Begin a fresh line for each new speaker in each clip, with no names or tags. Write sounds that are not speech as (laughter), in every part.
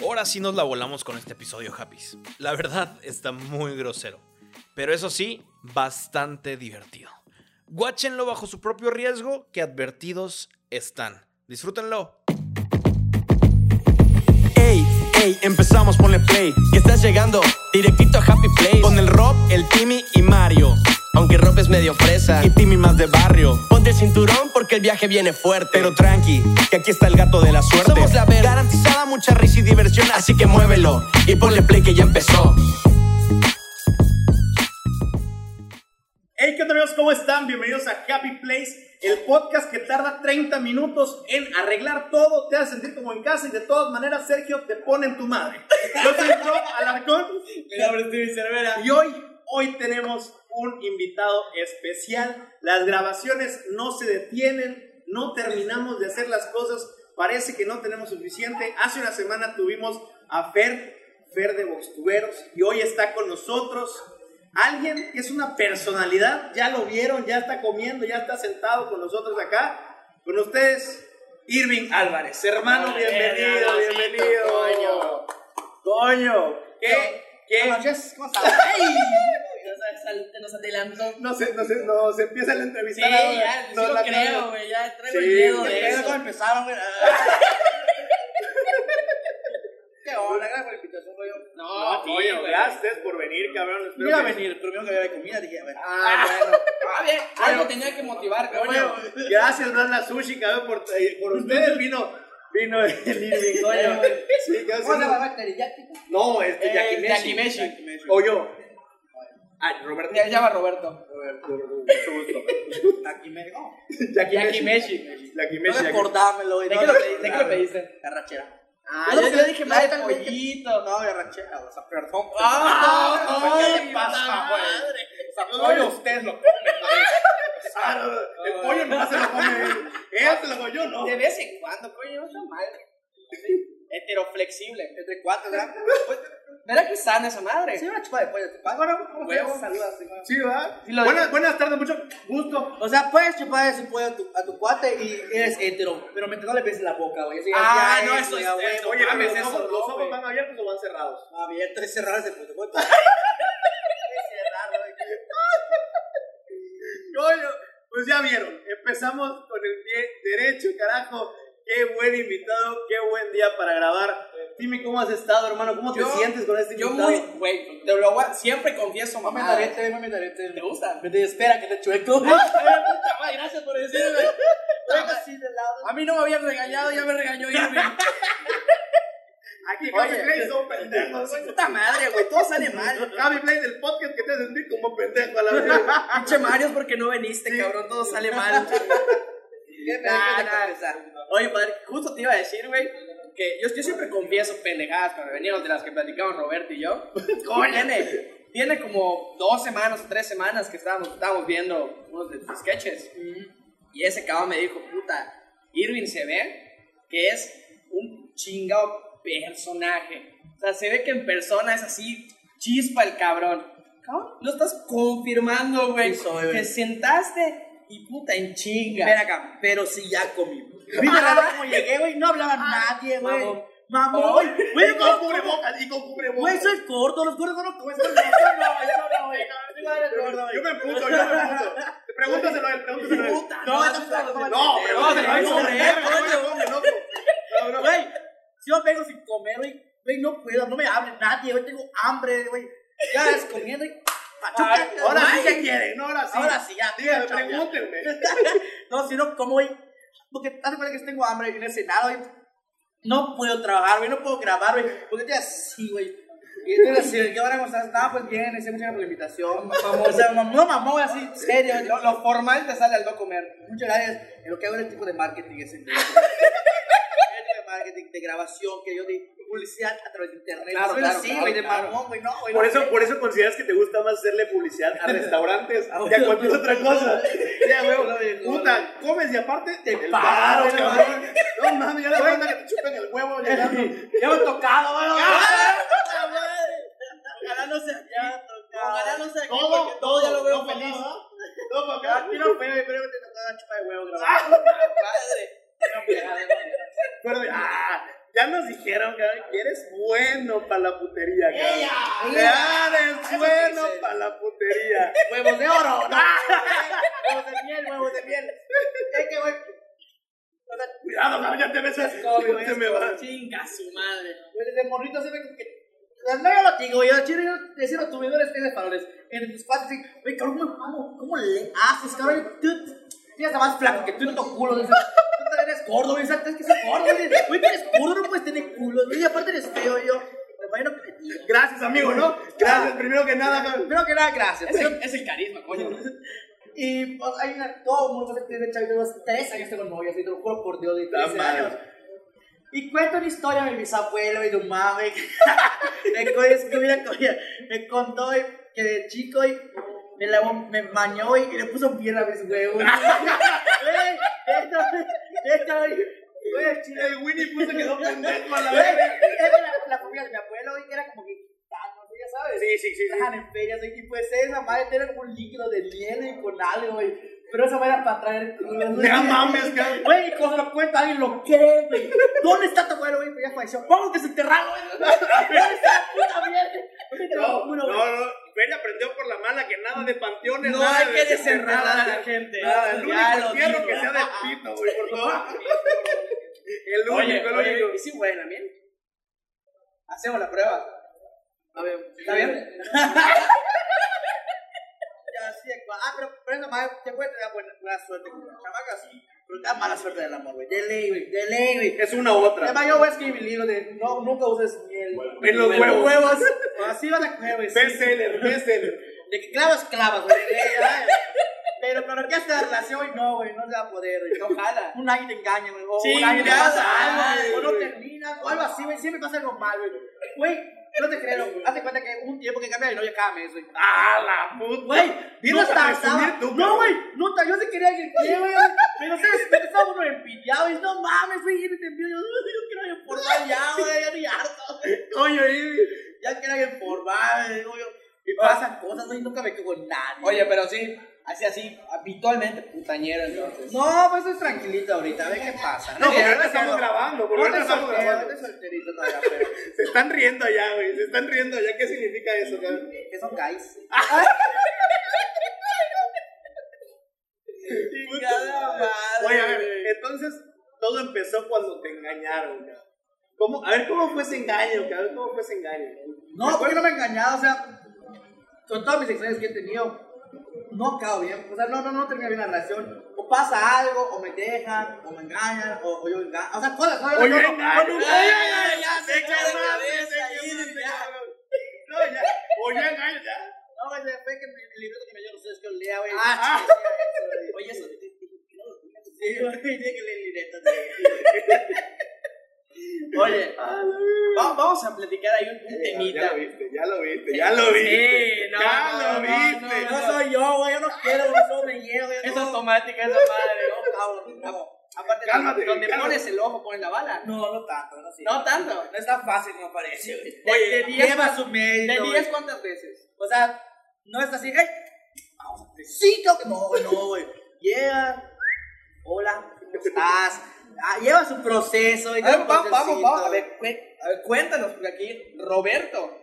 ahora sí nos la volamos con este episodio, Happys. La verdad está muy grosero, pero eso sí, bastante divertido. Guáchenlo bajo su propio riesgo, que advertidos están. Disfrútenlo.
Ey, ey, empezamos, ponle play. Y estás llegando directito a Happy Place. Con el Rob, el Timmy y Mario. Aunque Rob es medio fresa y Timmy más de barrio. Ponte el cinturón porque el viaje viene fuerte. Pero tranqui, que aquí está el gato de la suerte. Somos la ver garantizada mucha risa y diversión. Así que muévelo y ponle play que ya empezó.
Hey, ¿qué onda amigos? ¿Cómo están? Bienvenidos a Happy Place, el podcast que tarda 30 minutos en arreglar todo, te hace sentir como en casa y de todas maneras, Sergio, te pone en tu madre. Yo soy Rob Alarcón y hoy, hoy tenemos un invitado especial. Las grabaciones no se detienen, no terminamos de hacer las cosas, parece que no tenemos suficiente. Hace una semana tuvimos a Fer, Fer de Boxtuberos, y hoy está con nosotros alguien que es una personalidad, ya lo vieron, ya está comiendo, ya está sentado con nosotros acá, con ustedes, Irving Álvarez. Hermano, bienvenido, bienvenido. Coño, ¿qué? ¿Qué?
Te nos adelantó.
Nos, nos, nos empieza la
Sí,
entrevista.
ya, sí
Nos
lo
la-
creo, güey, ya traigo
Sí,
el miedo
yo
de
creo
eso.
que
empezaron,
(laughs)
güey.
¿Qué onda? Gracias por la invitación, güey.
No,
No,
a ti,
coño,
güey.
gracias por venir, cabrón.
No
espero
iba a
que-
venir, pero vieron que había comida, dije, a ver.
Ah, bueno.
(laughs) Ah, bien, Algo tenía que motivar,
Coño,
coño.
gracias, Blanda Sushi, cabrón, por, eh, por ustedes vino, vino el Irving, coño. Sí, cabrón, sí,
¿Cómo se
no.
llama Bacteria? ¿Ya?
No, este,
Eh,
Jackie Messi.
Yakimeshi.
O yo. Ah, Roberto.
Ya llama Roberto.
Aquí me dijo.
Yakimeshi.
oh. No
Yakimeshi.
recordámelo, güey.
¿De
no,
qué lo
no,
pediste? ¿De
no,
qué lo
no.
pediste?
La rachera.
Ah,
Es lo
ya-
que yo dije,
La
mata el
del
güey.
pollito.
No, la rachera, o sea, perdón. (laughs)
Ah,
¿Qué
ay,
le pasa,
madre.
güey? O sea, pollo ustedes lo
Ah, no, no, el pollo no se lo come él. Él se lo come yo, no.
De vez en cuando, coño, está mal.
Heteroflexible.
Entre cuatro, ¿verdad?
¿Verdad que sana esa madre?
Sí, una chupa de pollo. ¿Te Bueno, ¿cómo se
Huevos.
llama? Saludas, sí,
Sí, ¿verdad?
Sí, lo-
Buenas, buenas tardes, mucho gusto.
O sea, puedes chupar ese pollo a tu, a tu cuate y eres hetero, pero mientras no le beses la boca, güey. Eso ya-
Ah,
ya
no, eso
ya,
es
güey,
hetero,
Oye,
Oye,
mames,
¿los
eso
ojos,
no,
los ojos
güey.
van abiertos o van cerrados?
Abierto y cerrado ese puto puto.
Coño, pues ya vieron, empezamos con el pie derecho, carajo. Qué buen invitado, qué buen día para grabar. Dime cómo has estado, hermano, cómo
Yo-
te sientes con este
Yo
invitado.
muy, güey, te lo voy a- siempre confieso, mamá.
mami tarete.
¿Te gusta?
Vete, espera que te chueco.
Gracias por decirme.
así de lado.
A mí no me habían regañado, ya me regañó Irving.
Aquí,
Oye.
Gaby Play, (laughs) son pendejos.
Puta madre, güey, todo sale
(laughs)
mal.
Gaby Play del podcast que te hace sentir como pendejo a (laughs)
(laughs)
la vez.
Pinche Mario, es porque no viniste, cabrón, todo sale mal.
¿Qué me dejas
Nah,
de
nah.
confesar?
Oye, padre, justo te iba a decir, güey, que yo, yo siempre confieso pendejadas cuando veníamos de las que platicaban Roberto y yo. Coño, tiene, tiene como dos semanas o tres semanas que estábamos, estábamos viendo unos de tus sketches. Y ese cabrón me dijo, puta, Irving se ve que es un chingado personaje. O sea, se ve que en persona es así, chispa el cabrón. Cabrón, Lo estás confirmando, güey.
Sí soy, güey.
Te sentaste y puta en chinga.
Ven acá, pero si ya comí. Viste
Ah.
raro cómo llegué, güey, no hablaba nadie, güey.
Mamón.
Mamón, güey. Güey,
Y con
¿cómo-
cubrebocas, y con
Güey,
cubrebocas.
eso es corto, los gordos no lo comen. Eso no, eso no, güey.
Yo me emputo, yo me emputo. Pregúntaselo a él, pregúntaselo a él.
Puta,
No,
eso está como-
No, pregúntaselo a él.
Eso es,
Pregúntaselo a él, loco. Cabrón.
Güey, si yo vengo sin comer, güey, güey, no puedo, no me hable nadie, güey, tengo hambre, güey. Ya es comiendo y pachuca.
Ay, Ahora sí
güey.
se quiere, no, ahora sí.
Ahora sí, ya.
Dígame,
chao, ya.
pregúntenme.
(laughs) No, si no como, güey, porque hace cuenta que tengo hambre y no he cenado, güey. No puedo trabajar, güey, no puedo grabar, güey, porque estoy así, güey. Y estoy así, ¿qué hora cómo estás? Nada, pues bien, hice muchas gracias por la invitación. O (laughs) sea, mam- no mamón, güey, así, serio. Lo, lo formal te sale al no comer. Muchas gracias. En lo que hago es el tipo de marketing, ese. (laughs) el tipo de marketing, de grabación, que yo di publicidad a través de internet.
Claro,
Soy
claro,
así,
claro,
güey, de
claro.
mamón, güey, no, güey.
Por
no,
eso,
güey. (laughs)
por eso consideras que te gusta más hacerle publicidad a restaurantes y a
Ah, bueno.
cualquier otra cosa. Ya, güey,
no, no. (laughs)
puta, comes y aparte te
paro,
cabrón. No mames, ya la banda que te chupan el huevo llegando.
Ya me he tocado, güey. ah,
Ojalá no sea ya tocado.
Ojalá no sea aquí,
Todo,
porque
todo,
todo ya lo veo
todo para
feliz.
acá, ¿verdad? Todo para acá. Ah,
Aquí no fue, güey, pero te tocaba chupa de huevo, grabado.
Pero, ah, Ya nos dijeron cabrón, que eres bueno para la putería, cabrón. Eres bueno para la putería.
(laughs) Huevos de oro, no. huevos de miel, huevos de miel. Es que, güey. O sea,
Cuidado, cabrón, ya te ves así.
Obvio,
Se me va.
Chinga su madre.
güey, desde morrito siempre que. que las no, yo lo digo, yo chido, yo decía los tubidores tienes valores. En tus cuates, sí, güey, cabrón, ¿cómo, cómo, cómo le haces, cabrón? Tú tienes más flaco que tú en tu culo, dices. Tú eres gordo, güey, sabes que soy gordo, güey. Güey, tú eres gordo, no puedes tener culo, güey, y aparte eres feo, yo. Bueno,
Gracias, amigo, ¿no? Gracias, primero que nada,
(laughs)
cabrón.
primero que nada, gracias.
Es el, es el carisma, coño.
(laughs) Y pues hay una, todo el mundo que tiene chavito, unos tres años tengo novias, y te lo juro por Dios, de 13
madre.
años. Y cuento una historia de mis abuelos y de un mame. (laughs) me, co- es que hubiera cogido, me contó y que de chico y me, lavó- me bañó y, le puso piel a mis huevos.
(laughs)
(laughs) Güey, esto, esto, güey, el chile.
El Winnie puso quedó pendejo a la
Güey,
vez.
es que la- la familia de mi abuelo, güey, que era como que gitano, güey, ya sabes.
Sí, sí, sí. sí.
Estaban en ferias, güey, y pues esa madre tenía como un líquido de miel y con algo, güey. Pero esa madre era para traer culo, güey.
No mames, cabrón.
(laughs) Güey, y cuando lo cuenta alguien lo cree, güey. ¿Dónde está tu abuelo, güey? Pues ya falleció. ¡Vamos desenterrado, güey! (laughs) ¿Dónde está la puta mierda? Güey, te lo
No,
juro,
no,
güey.
no. Ven, aprendió por la mala que nada de panteones.
No
nada
hay
de
que
desenterrar
desenterrar a la gente.
Nada, el
Ya
único
lo
entierro
digo.
que sea del pito, güey, por favor. El
Oye,
único, el
oye,
único.
¿y si buena, bien?
Hacemos la prueba.
A ver,
¿Está
(laughs)
bien? Ya, sí, güey. Ah, pero, pero esa madre te puede tener buena, buena suerte con las chamacas. Pero te da mala suerte del amor, güey. De ley, güey. De ley, güey.
Es una u otra.
Además, yo voy a escribir mi libro de no, nunca uses miel.
En los
En los
huevos.
huevos. Así van a coger, güey. sí.
Bestseller, bestseller.
De que clavas, clavas, güey. Ay, Pero, pero que esta relación, y no, güey, no se va a poder, güey. No jala. Un año te engaña, güey. O un año te
Chingada
pasa algo,
madre,
güey. O no
güey.
terminas, o algo así, güey. Siempre pasa algo mal, güey. Güey, no te creo. güey. Hazte cuenta que hubo un tiempo que cambia de novia cada mes, güey.
¡Ah, la puta!
Güey, bien
No,
hasta
para presumir
estaba.
tú,
No,
cabrón.
güey, no, yo se quería que quede, güey. Pero sabes, me estaba uno empillado y no mames, güey, y te envío. Yo, yo quiero alguien formal ya, güey, ya estoy harto.
Coño, y-
Ya quiero alguien formal, güey, digo yo.
Ah.
Y pasan cosas, güey, nunca me cago en nadie.
Oye, pero sí, así, así, habitualmente putañero entonces.
No, pues estoy tranquilito ahorita, a ver qué pasa.
No, porque
ya
ahorita estamos grabando, porque ahorita estamos grabando.
solterito todavía, pero.
Se están riendo ya, güey. Se están riendo ya. ¿Qué significa eso, cabrón?
¿Qué son (laughs) guys?
Oye, a ver, entonces todo empezó cuando te engañaron, cabrón. ¿Cómo? A ver, ¿cómo fue ese engaño, cabrón? ¿Cómo fue ese engaño?
No, porque no me he engañado, o sea, con todas mis experiencias que he tenido, no acabo bien, o sea, no, no, no termina bien la relación. O pasa algo, o me dejan, o me engañan, o, o yo engaño, o sea, cosas, cosas.
Oye,
no, no,
engaño.
no, no,
Ay,
no,
ay, ay,
ya,
te
se fue de
quemaste,
cabeza,
te
ahí,
quemaste,
ya.
cabrón. No, ya. Oye, engaño, ya.
No, güey, se fue que me- el libro que me dieron ustedes que yo lea, güey.
Ah.
Sí, sí, Oye, eso. te- te- te- no, Sí, güey, tiene que leer el libreto, sí. Oye,
Va- vamos a platicar ahí un, un
Ya
temita.
lo viste, ya lo viste, ya lo viste.
Sí, no,
ya
no,
lo
no,
viste.
no,
no soy yo, güey, yo no quiero, güey, eso me llevo. yo
Es
no.
automática esa madre, ¿no? (laughs)
cabrón, no.
Aparte,
Cálmate,
donde
cálmate.
pones el ojo, pones la bala.
No, no tanto, no sí.
No tanto.
No es tan fácil, me parece, güey.
Oye, de 10
lleva su mérito.
¿De
güey.
10 cuántas veces?
O sea, no es así, hey, vamos a tecito. No, güey, no, güey. Llega, hola, ¿cómo estás? Ah, lleva su proceso. y
A ver,
lleva
va-
su
vamos, vamos, a
procesito.
ver, cué- a ver, cuéntanos, porque aquí, Roberto.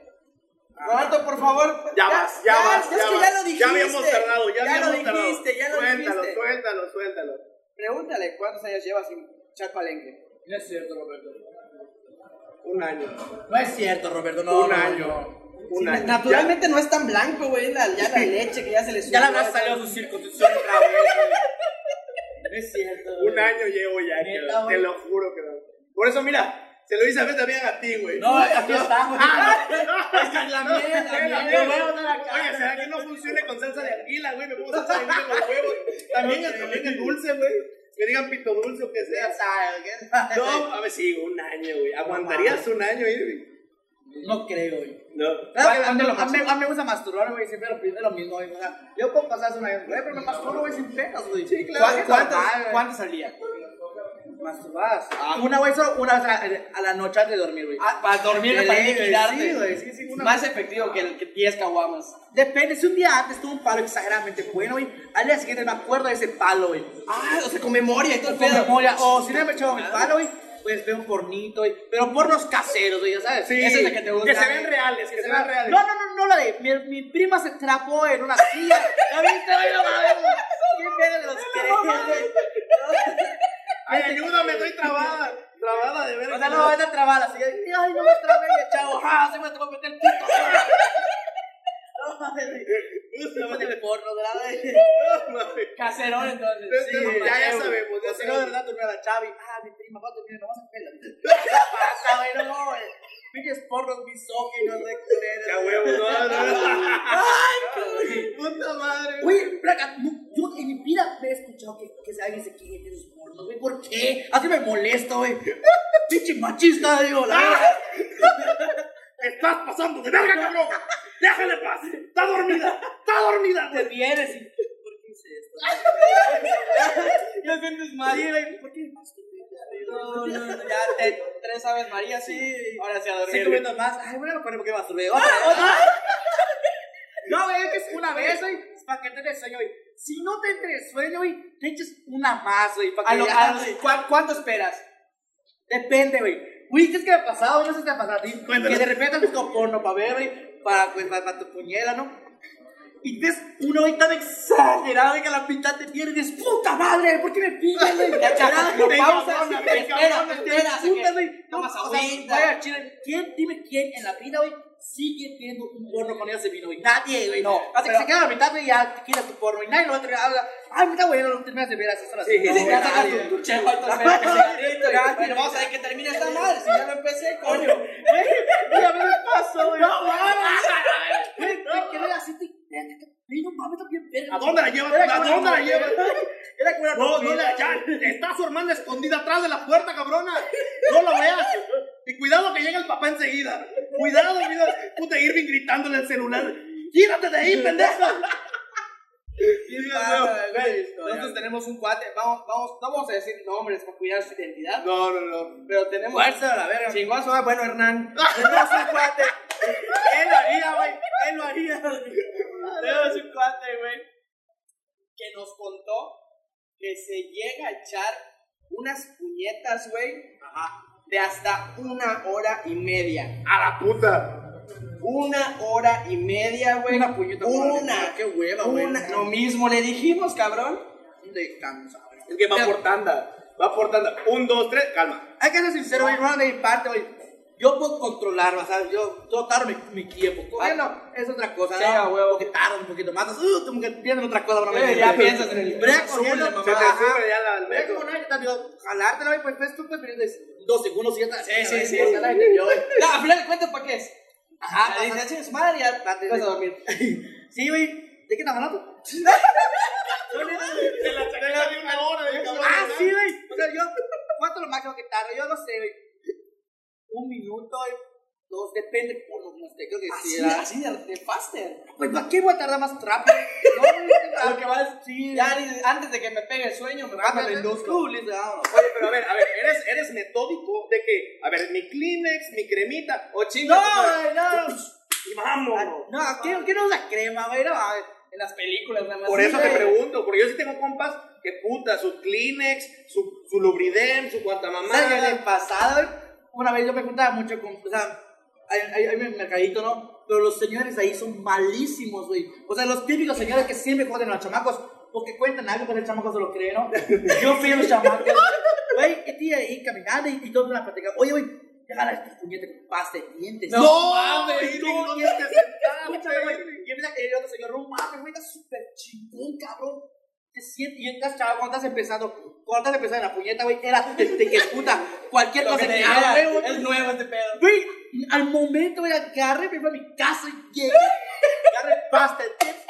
Roberto, por favor.
Ya vas, ya vas.
es que
vas.
ya lo dijiste.
Ya habíamos tardado, ya,
Ya
habíamos
lo
tardado.
dijiste, ya lo
suéltalo,
dijiste.
Suéltalo, suéltalo,
Pregúntale cuántos años llevas sin echar palenque. No es cierto, Roberto.
Un año.
No es cierto, Roberto, no.
un
no,
año.
no.
Un año.
Naturalmente no es tan blanco, güey, la- ya la leche que ya se le sube.
Ya le habrás salido su circuncisión otra vez, güey. No es cierto.
Ya, un año llevo ya,
Neta,
cabrón,
güey.
te lo juro, que Por eso, mira, se lo hice a ver también a ti, güey.
No, aquí está, güey.
(laughs) Ah,
(laughs)
Esta es la
no,
miel,
no,
la
la
miel.
miel.
Lo voy a botar acá.
Oye, ¿será que no funcione
(laughs)
con salsa de anguila, güey? Me pongo salsa de anguila con los huevos. También, también el dulce, güey. Que digan pito dulce o que sea.
Ya sabes, ¿qué sabes?
No, a ver, sí, un año, güey. ¿Aguantarías un año, Irving?
No creo, güey.
No.
Claro que a,
¿Cuándo
mí,
lo
a, mí, a mí me gusta masturbar, güey, siempre lo pido lo mismo, güey. O sea, yo puedo pasar una vez, güey, pero me masturbo, güey, sin penas, güey. Sí,
¿Cuántas,
¿Cuántas?
¿Cuántas al día?
masturbadas? Ah, Una, güey, solo una vez a, a la noche antes de dormir, güey.
Ah, para dormir,
De
para
ley, güey,
liquidarte.
sí, güey, sí, sí, una-
Más efectivo que el que 10 caguamas.
Depende, si un día antes tuve un palo exageradamente bueno, güey, al día siguiente me acuerdo de ese palo, güey.
Ah, o sea, con memoria y todo el
Con
pedo. Ah.
memoria, o si no me echaba mi palo, güey, pues veo pornito, y- pero pornos caseros, güey, ya sabes. Esa es la que te gusta.
que se vean
güey.
reales, que se vean reales.
No, no, no, no la de. Mi, mi prima se trapó en una
(laughs)
silla. ¿La viste? Ay, no mames. ¿Quién verga de los crees,
Ay, ayúdame, estoy trabada. Trabada de
güey?
verga.
O sea, no, anda trabada. Así, ay, no me trabé, chavo. Ah, se me te voy a meter
(laughs)
el pito. No mames, güey. No mames, el porno,
(laughs)
¿verdad? Este,
No, mami.
Caserón, entonces.
Sí, ya, ya sabemos, ya
Porque si no, de
sabemos.
verdad, turné a la Chavi. Ah, mi prima, ¿cuánto tiene? No vas a pelar.
(laughs)
¿Qué pasa, güey? No, güey. Pinches porros misóginos de culeros.
Ya huevo, no, no, no.
Ay,
Puta madre.
qué Güey, placa, no, yo en mi vida me he escuchado que, que alguien se queje de sus pornos, güey. ¿Por qué? Así me molesta, güey. (laughs) Pinche machista, digo,
Ah,
la verdad.
Estás pasando de verga, cabrón. Déjale paz. Está dormida. Está dormida.
Te vienes y. ¿Por qué hice esto?
(laughs) Ya sientes
Nadie, güey. ¿Por qué más que
No, no, no, ya te, tres aves María, sí. Ahora sí a dormir. Ah,
Sigo viendo más. Ay, bueno, me acuerdo por qué masturbé. Otra, otra. (laughs) No, güey, es que es una vez, güey. Para que te entre sueño, güey. Si no te entre sueño, güey, te eches una más, güey. Para
A
que
lo,
ya,
a
güey.
lo- ¿cuá- ¿Cuánto esperas?
Depende, güey. Güey, ¿qué es que me ha pasado? No sé si te ha pasado a ti.
Cuéntanos.
Que de repente has buscado porno para ver, güey. Para, pues, para, para tu puñela, ¿no? Y ves una güey tan exagerada, güey, que a la mitad te pierdes. ¡Puta madre! ¿Por qué me pillas, güey?
(laughs) Ya, chaval,
Te
pausa,
encabrona,
sí,
te
espera,
encabrona,
espera,
te
hasta
puta,
que
güey. No,
tomas
o sea,
agüita.
vaya, chile, ¿Quién, dime quién en la vida, güey, sigue viendo un porno con ellas de vino, güey? Nadie, güey.
No,
Hasta que
pero-
se queda a la mitad, güey, ya te quita tu porno. Y nadie lo va a entregar. Habla, Ay, mira, güey, no lo terminas de ver a esas horas.
Sí,
No,
sí,
ya
nadie.
sacas tu- tu chela,
Falta
tu
el medio
cigarrito,
cigarrito,
ya,
y- Bueno, vamos a ver que termine esta madre. Si ya no empecé, coño.
Güey, güey, a mí me pasó, güey. No mames. Güey, te quedé así, te. Güey, no mames, también verga.
¿A dónde la llevas?
Era
¿A
como
dónde
una
la llevas?
mujer. Era como una
No, no
mujer.
la ya. Está su hermana escondida atrás de la puerta, cabrona. No lo veas. Y cuidado que llega el papá enseguida. Cuidado, cuidado. Puta Irving gritándole al celular. ¡Gírate de ahí, pendeja!
Ah,
Dios mío.
güey, Nosotros tenemos un cuate, vamos, vamos, no vamos a decir nombres para cuidar su identidad,
No, no, no.
pero tenemos.
Fuerza, la verga.
Chingó a su madre, bueno, Hernán.
No soy cuate. Él lo haría, güey. Él lo haría.
Tenemos un cuate, güey, que nos contó que se llega a echar unas puñetas, güey, de hasta una hora y media.
A la puta.
Una hora y media, güey.
Una puñeta por hora y media,
Una.
qué hueva, güey.
Una. Lo mismo le dijimos, cabrón.
De cansado.
Es que va por tanda. Va por tanda. Un, dos, tres. Calma.
Hay que ser sincero, güey. No de mi parte, güey. Yo puedo controlarlo, ¿sabes? Yo, yo tardo mi, mi tiempo. Cogiendo es otra cosa,
Sí,
¿no?
a huevo.
Porque tardo un poquito más. Uh, como que piensan otra cosa, bro.
Sí, ya piensas en el-
Brea
se te
cogiendo,
sube,
Se te
ajá.
sube ya la
Brea como
almejo.
no, yo también. Jalártela, güey. Pues ves tú, pues vienes dos segundos y ya está.
Sí, sí, sí.
Ya la entendió,
(laughs)
güey. Ah,
No, al final de cuentas, ¿para qué es?
Ajá,
Ya dice,
ajá.
"Chinga su madre, ya
Date,
vas a
güey.
dormir.
(laughs) Sí, güey. ¿De qué estás hablando?
(laughs)
(laughs)
Se la sacaron de una hora. de cabrón.
Ah, sí, güey. O sea, yo, ¿cuánto es lo máximo que tardo? Yo no sé, güey. Un minuto, güey. Dos, depende por lo que esté. Creo que Ah, sí,
Así,
¿verdad?
así de, de faster.
Pues, ¿para qué voy a tardar más rápido? No, no, (laughs) no, no,
Lo que va a decir. Ya dices, antes de que me pegue el sueño, me
no,
rápido
no,
la industria.
no, listo, vámonos.
Oye, pero a ver, a ver, eres, eres metódico de que, a ver, mi Kleenex, mi cremita, o chingo.
No, güey, no, no.
Y vamos.
Ah, (laughs) No, ¿qué, ¿qué no es la crema, güey? No, a ver, en las películas nada más.
Por
Sí,
eso te
güey.
pregunto, porque yo sí tengo compas que puta, su Kleenex, su, su Lubridem, su
¿Sabes qué le
guantamamá.
pasaba, güey? Una vez yo me juntaba mucho con. O sea, hay, hay, hay un mercadito, ¿no? Pero los señores ahí son malísimos, güey. O sea, los típicos señores que siempre joden a los chamacos. Porque cuentan algo, pero el chamaco se lo cree, ¿no? Yo fui a los chamacos. Güey, que tía ahí caminando y, y todos me la platican. Oye, güey, déjala este puñete con pasta de dientes.
mames,
no,
no
y
te
es que-
sentaste.
Escúchame, güey. Y empieza el otro señor, no mames, güey, está súper chingón, cabrón. Te sientes, y estás chaval, cuando estás empezando, cuando estás empezando en la puñeta, güey, era desde que puta, cualquier
Lo
cosa
que te
que
dijera,
haga, güey,
es nuevo este pedo.
güey, al momento, güey, agarré, me fui a mi casa y llegué, agarré pasta, tiempo,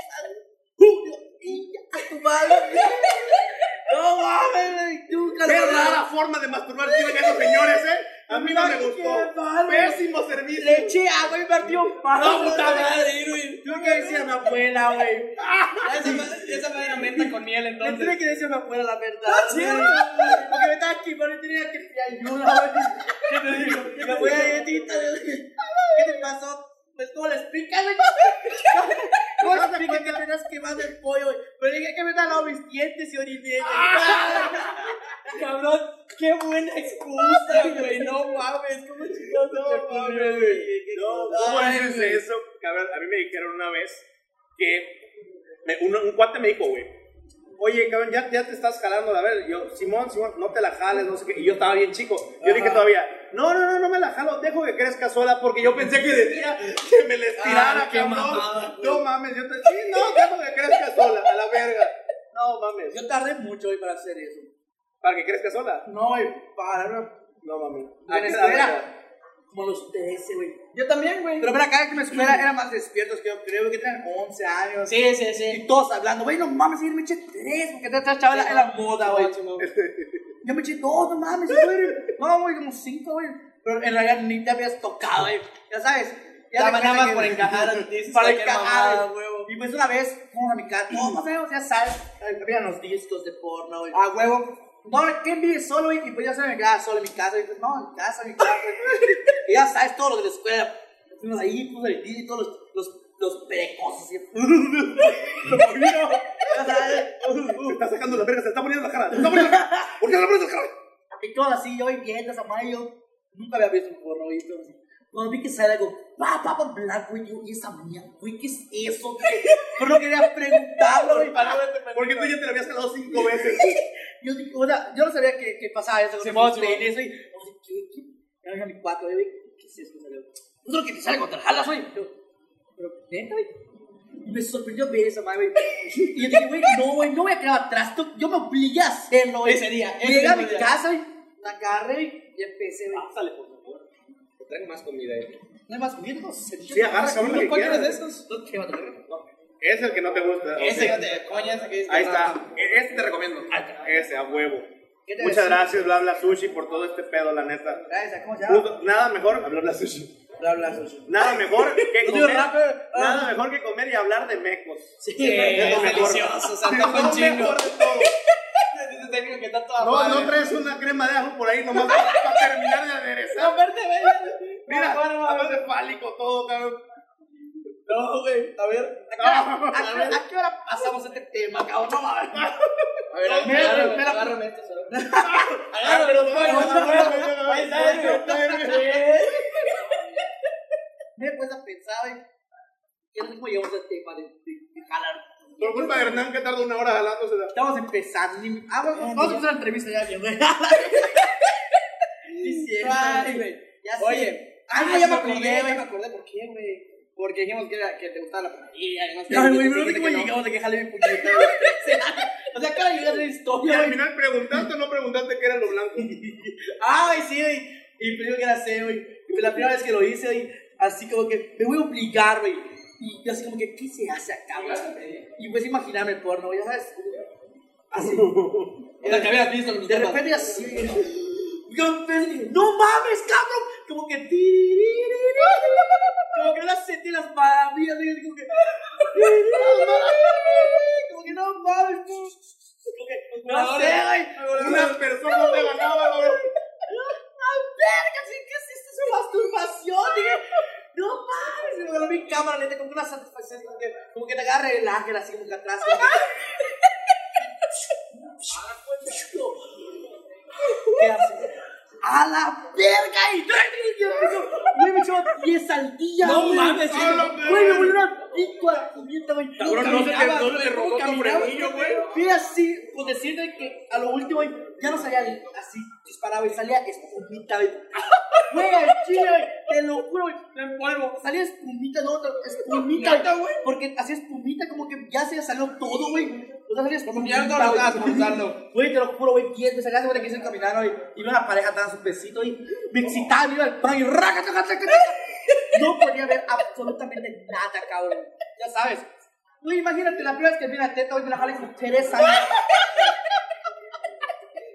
Julio, y a tu madre, güey. no mames, güey, tú,
Qué
cabrón.
rara forma de masturbar tienen esos señores, ¿eh? A mí no me
Ay, qué
gustó.
mal, güey.
Pésimo servicio.
Le eché agua y partí un palo.
No, Ah, puta
güey.
madre, Irwin.
Tuve que decir a mi abuela, güey.
Ya Esa madre esa madre era menta con miel,
Le
entonces.
tuve que decir a mi abuela la verdad.
Ah,
güey.
¿cierto?
Porque me estaba quemando y tenía que pedir ayuda, güey. (laughs) ¿Qué te digo? Que me voy a galletita, güey. ¿Qué te pasó? Pues, ¿cómo le explicas, güey? (laughs) ¿Cómo le explicas que me estás quemando el (laughs) pollo, güey? Pero dije que me he talado mis dientes y oriné, güey.
Cabrón,
Qué buena excusa, güey. No mames, cómo chingados no mames, güey.
No, ¿cómo
Ay,
dices
güey.
eso? Cabrón, a mí me dijeron una vez que me- un, un cuate me dijo, güey, oye, cabrón, ya, ya te estás jalando, a ver, yo, Simón, Simón, no te la jales, no sé qué, y yo estaba bien chico, yo dije todavía, no, no, no, no me la jalo, dejo que crezca sola, porque yo pensé que decía que me la estirara,
Ah, qué
cabrón,
mamada, güey.
no mames, yo te, sí, no, dejo que crezca sola, a la verga, no mames,
Yo tardé mucho hoy para hacer eso.
para que crezca sola,
No, güey, para, no.
no mames,
Me espera. Como los 13, güey. Yo también, güey.
Pero mira, cada que me
Espera, eran más despiertos que yo creo, que tenían 11 años.
Sí, sí, sí.
Y todos hablando, güey, no mames, yo me eché tres, porque esta chavala era moda, güey. (laughs) Yo me eché dos, no mames, güey. No, güey, como cinco, güey. Pero en realidad ni te habías tocado, güey. Ya sabes. Ya
Daba
te cuenta
nada más por
(laughs)
encajar, dices
Para
cualquier mamada,
encajar, güey.
huevo.
Y pues una vez, fuimos a mi casa. No, más o menos, ya sabes. Habían los discos de porno, güey.
A Ah, huevo.
No, ¿quién vive solo, güey? Y pues ya se me quedaba solo en mi casa. Y pues, no, en mi casa, en mi casa. y ya sabes, todo lo de la escuela. Fuimos ahí, puso el DJ y todos los, los, los perecosos. así. Lo movió. Ya sabes.
Se está sacando la verga, se está poniendo la cara, se está poniendo la cara, ¿por qué no la pones la cara?
Y todo así, yo viendo esa madre, yo nunca había visto un porno, y todo así. Cuando vi que sale algo, pa, pa, pa, blanco, y yo, y esa mía, güey, ¿qué es eso? güey? Pero no quería preguntarlo, güey.
Porque tú ya te la habías jalado cinco veces.
Yo dije, o sea, yo no sabía que, que pasaba eso.
Sí,
no
sí, sí.
eso, y, oye, ¿qué, qué? Ya dije a mi cuatro, yo dije, ¿qué es eso? Salió, No es lo que te sale cuando te jalas, güey. Yo, pero, neta, güey. Y me sorprendió ver esa madre, güey. Y yo dije, güey, no, güey, no voy a quedar atrás. tú- Yo me obligué a hacerlo, güey.
Ese día, ese
Llegué a mi
mismo día.
casa, güey, la agarré, güey, y empecé, güey.
Pásale, por favor. Traigo más comida ahí.
No hay más comida, no sé.
Sí, agarra, cabrón, lo que
¿Cuál quieres de
quieras.
esos?
No te va a tocar. No.
Es el que no te gusta.
Ese
ok.
que te coño, ese que dices.
Ahí
no, no.
está. E- Este te recomiendo. Ese, a huevo.
¿Qué te
Muchas
decía?
gracias, Bla Bla Sushi, por todo este pedo, la neta.
Gracias, ¿cómo se llama?
Puto- Nada mejor. Bla Bla Sushi.
Bla, bla, sushi.
Nada mejor que
No digo
comer.
rap, eh. Ah.
Nada mejor que comer y hablar de mecos.
Sí,
Sí, es delicioso, (laughs) se
Es
antoja
lo
un chingo.
mejor de todo.
Ese técnico que está toda
No, no
madre.
traes una crema de ajo por ahí nomás para para terminar de aderezar.
Aparte, güey.
Ah,
Mira,
No, no,
hablas de fálico todo, cabrón.
No, güey, a ver.
¿A qué hora- a qué hora- a qué hora pasamos este tema, cabrón? No mames.
A ver,
Mira,
agárrame,
mira, mira.
agárrame esto, a ver.
Ah, pero no,
Agárrame,
no, no, no,
agárrame.
no, no,
Ahí está,
no,
güey.
no, no, no.
Me he puesto a pensar, güey. ¿Qué ritmo llevamos el tema de, de, de jalar?
Por culpa de Hernán que tarda una hora jalándosela.
Estamos empezando. ni- Ah, bueno, vamos a hacer una entrevista ya, (laughs) bien, güey. Diciendo,
Ay,
güey. Ya sé.
Oye,
Ah,
ah,
ya me
me
acordé,
acordé,
güey.
me acordé por qué, güey. Porque dijimos que, era- que te gustaba la panadería, que no sé.
Ay,
que
güey,
te
pero
dijiste
¿cómo
(laughs) que no.
llegamos de que jale mi puñeta, güey? (laughs) O sea, ¿qué hora llegas a la
Y
historia,
al
güey?
final preguntaste o no preguntaste qué era lo blanco. (laughs)
Ay, sí, güey. Y pues yo que era sé, güey. Y pues la primera vez que lo hice, güey, así como que me voy a obligar, güey. Y yo así como que, ¿qué se hace acá, güey? Y pues imaginarme el porno, güey, ya sabes. (laughs) Así.
O sea, que habías visto los
De
demás.
repente así, güey. Yo empecé, dije, no mames, cabrón. Como que ti. Como que no las sentí las maravillas, güey. Como que. Como que no mames, como que. No sé, güey.
Una persona te ganaba, cabrón.
¡Ah, verga! ¿sí? ¿Qué es esto? ¿Es una masturbación? Dije, no mames, me voló mi cámara, neta, con una satisfacción, como que, como que te agarre el ángel así como que atrás. como que- ¿Qué hace? ¡A la verga! Y Güey, me echaba 10 al día.
No
güey.
mames, sí.
Güey, me volví una pícola puñeta, güey.
Cabrón, no se te-
Caminaba,
no se te
güey,
robó tu
caminaba,
frenillo, güey.
Mira, así, con decirte que a lo último, güey, ya no salía ni así, disparaba y salía espumita, güey. Güey, al chile, güey, te lo juro, güey, me empolvo. Salía espumita, no, otra, espumita, güey. Porque hacía espumita, como que ya se salió todo, güey. O sea, salía
Como que
espumita.
ya no lo
güey.
estabas forzando.
Güey, te lo juro, güey, 10 veces acá se que quise caminar, güey. Y una pareja daba su besito, y me excitaba, me iba al baño, raca, taca, taca, taca. No podía ver absolutamente nada, cabrón. Ya sabes. Güey, imagínate la primera vez que vi la teta, güey, me la jalé con Teresa.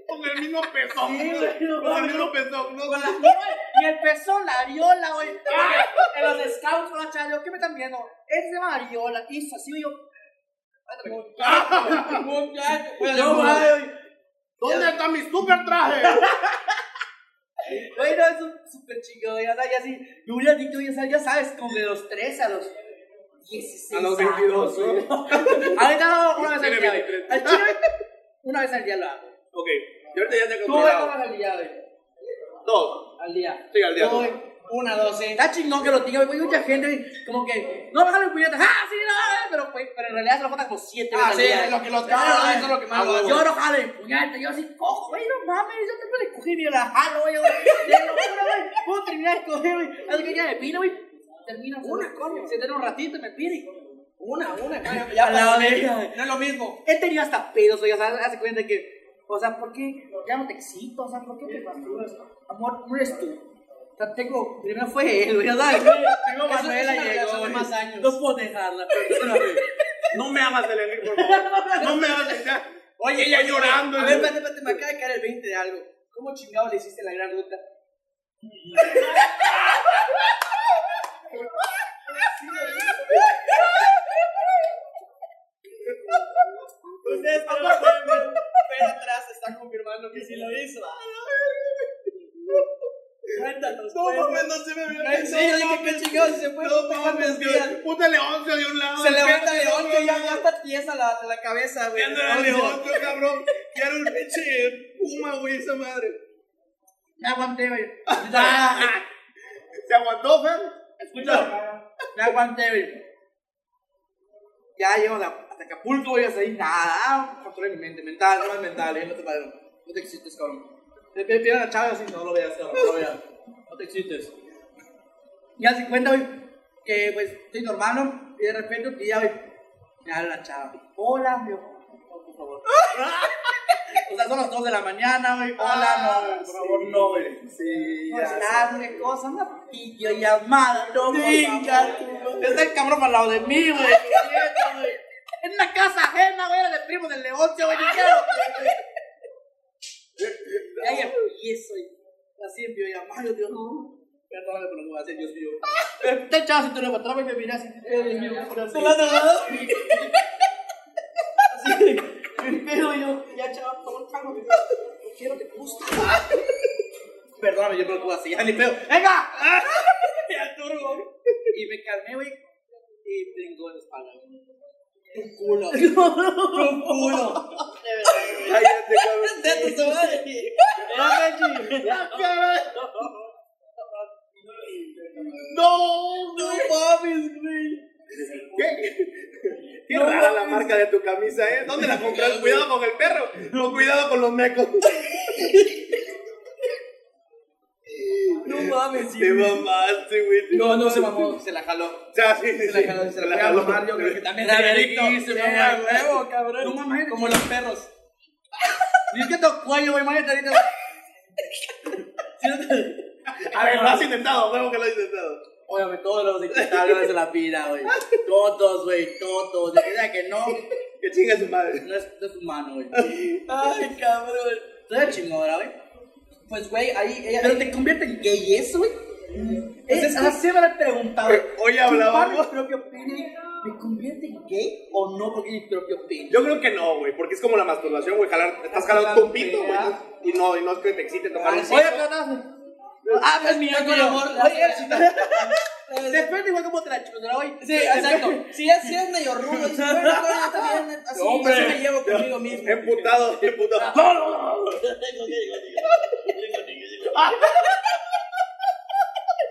Con el mismo pezón.
Sí, güey, no
Con el
mames.
mismo pezón. No,
Y el pezón, la viola, güey. (laughs) En los scouts, con la chayo, ¿qué me están viendo? Este se llama viola, hizo así,
(laughs)
güey, yo. (laughs)
No, mames.
¿Dónde está mi super traje?
Güey, no, es un súper chingón, ya sabes, ya así. Lo hubiera dicho, ya sabes, ya sabes, como de los 13 a los 16.
A los 22,
años,
¿no?
güey. Ahorita no, una vez al
Tiene
día. güey.
23.
Al chile, una vez al día lo hago.
Ok.
Yo ahorita ya tengo
Tú, güey,
cuidado.
¿cómo vas al día, güey?
Dos.
Al día.
Sí, al día.
Tú, güey, Una, dos, eh. Está chingón que lo diga, güey. Mucha gente, güey, como que, no, bájale el puñetazo. ¡Ah, sí, no! eh, Pero, güey, pero en realidad se lo juntan como siete veces
Ah,
al
sí,
día,
es
güey.
lo que los
Sí,
cabrones
güey,
hacen, es lo que más lo hacen.
Yo no jalo el puñete, yo sí cojo, güey, no mames. Yo te puedo coger ni la jalo, güey. güey. De locura, güey. Puedo terminar de coger, güey. Así que ya me pino, güey. Termino una, coño. Se tiene un ratito y me pide. Una, una, coño. Ya
Al lado
pasó,
de
güey.
ella. No es lo mismo.
He tenido hasta pedos, oye, o sea, hace cuenta que, o sea, ¿por qué ya no te excito? O sea, ¿por qué te masturbas? Amor, no eres tú. O sea, tengo, primero fue él, güey, o sea, tengo
Manuela y llegó,
de
güey.
más años. No puedo dejarla, (laughs)
No me hagas de Leonid, por favor. No me hagas de Oye, ella llorando.
A ver, espérate, espérate, me acaba de caer el 20 de algo. ¿Cómo chingado le hiciste la gran ruta? Ustedes no lo pueden ver, pero atrás está confirmando que sí lo hizo. (laughs) Cuéntanos.
No
pues.
mames, no se me vio.
Sí, yo dije que chingado si se fue.
No
puta,
mames,
cuántos
Dios.
días.
Puta León se dio un lado.
Se levanta
Espérate,
León, que ya
no,
ya está tiesa la, la cabeza, güey.
Ya no era León, cabrón. Ya era un pinche puma, güey, esa madre.
Me aguanté,
(laughs)
güey.
¿Se aguantó, Fer?
Escucha, me aguanté, güey. Ya llego a- hasta Acapulco, voy a salir nada. Control de mi mente, mental, no es mental, eh, no te pares. No te excites, cabrón. Le pide pide a la chava así, no lo veas, cabrón, no lo veas. No te excites. Ya se cuenta, güey, que pues estoy normal, ¿no? Y de repente un día, güey, me habla la chava. Hola, mi amor. No, por favor. O sea, son las 2 de la mañana, güey. Hola, no, por favor, no, güey.
Sí,
No es nada, una cosa, una videollamada, no Venga, Está el cabrón al lado de mí, güey. neta, güey. En una casa ajena, güey, era de primo del negocio, güey. yo quiero. Y ahí empiezo, güey. Así en videollamada, yo digo, no. Perdóname por lo que voy a hacer, Dios mío. Pero Te echabas y tú le atrás y me miras así. eh, Dios mío, ¿Te lo has Así, me pedo yo. Ya, chaval, toma un trago. No quiero que te gusta. Perdóname, yo no lo puedo hacer, ya ni pedo. ¡Venga! Ya turbo. Y me calmé, güey. Y tengo la espalda, güey. Tu culo. Tu culo.
Cállate, cabrón.
De tu madre. Era
No,
No mames, güey.
¿Qué? Qué
No
rara la
mames.
marca de tu camisa, ¿eh? ¿Dónde la
(laughs)
compraste? Cuidado con el perro. No, cuidado con los mecos.
No mames, sí,
Te
güey.
mamaste, güey. Te
No, no se mamó, se la jaló.
O sea, sí, sí,
Se la jaló,
sí.
se la jaló. Mario, creo que también se
Sí,
la
güey.
huevo, cabrón. No mames, como los perros. Y es que tu cuello, güey, imagínate ahorita.
A ver, lo has intentado, huevo que lo has intentado.
Óyame, todos los dictadores de la vida, (laughs) güey. Todos, güey, todos. Yo creía que no,
Que chinga su madre.
no es, no es humano, güey. Ay, cabrón. Estoy chingona, güey. Pues, güey, ahí ella. Pero te convierte en gay eso, güey. Es así me la he preguntado.
Hoy hablábamos.
¿Chupar mi propia pene me convierte en gay o no porque es mi propio pene?
Yo creo que no, güey, porque es como la masturbación, güey. Jalar, estás jalando tu pito, güey. Y no, y no es que te excite tocar un pito.
Oye, pero no. Ah, pues mira, con amor. (laughs) Oye, Depende igual como te la chupas, güey. Sí, exacto. Si es, si es medio rudo, dices, bueno, bueno, (laughs) también, así, así me llevo conmigo mismo.
Emputado, emputado.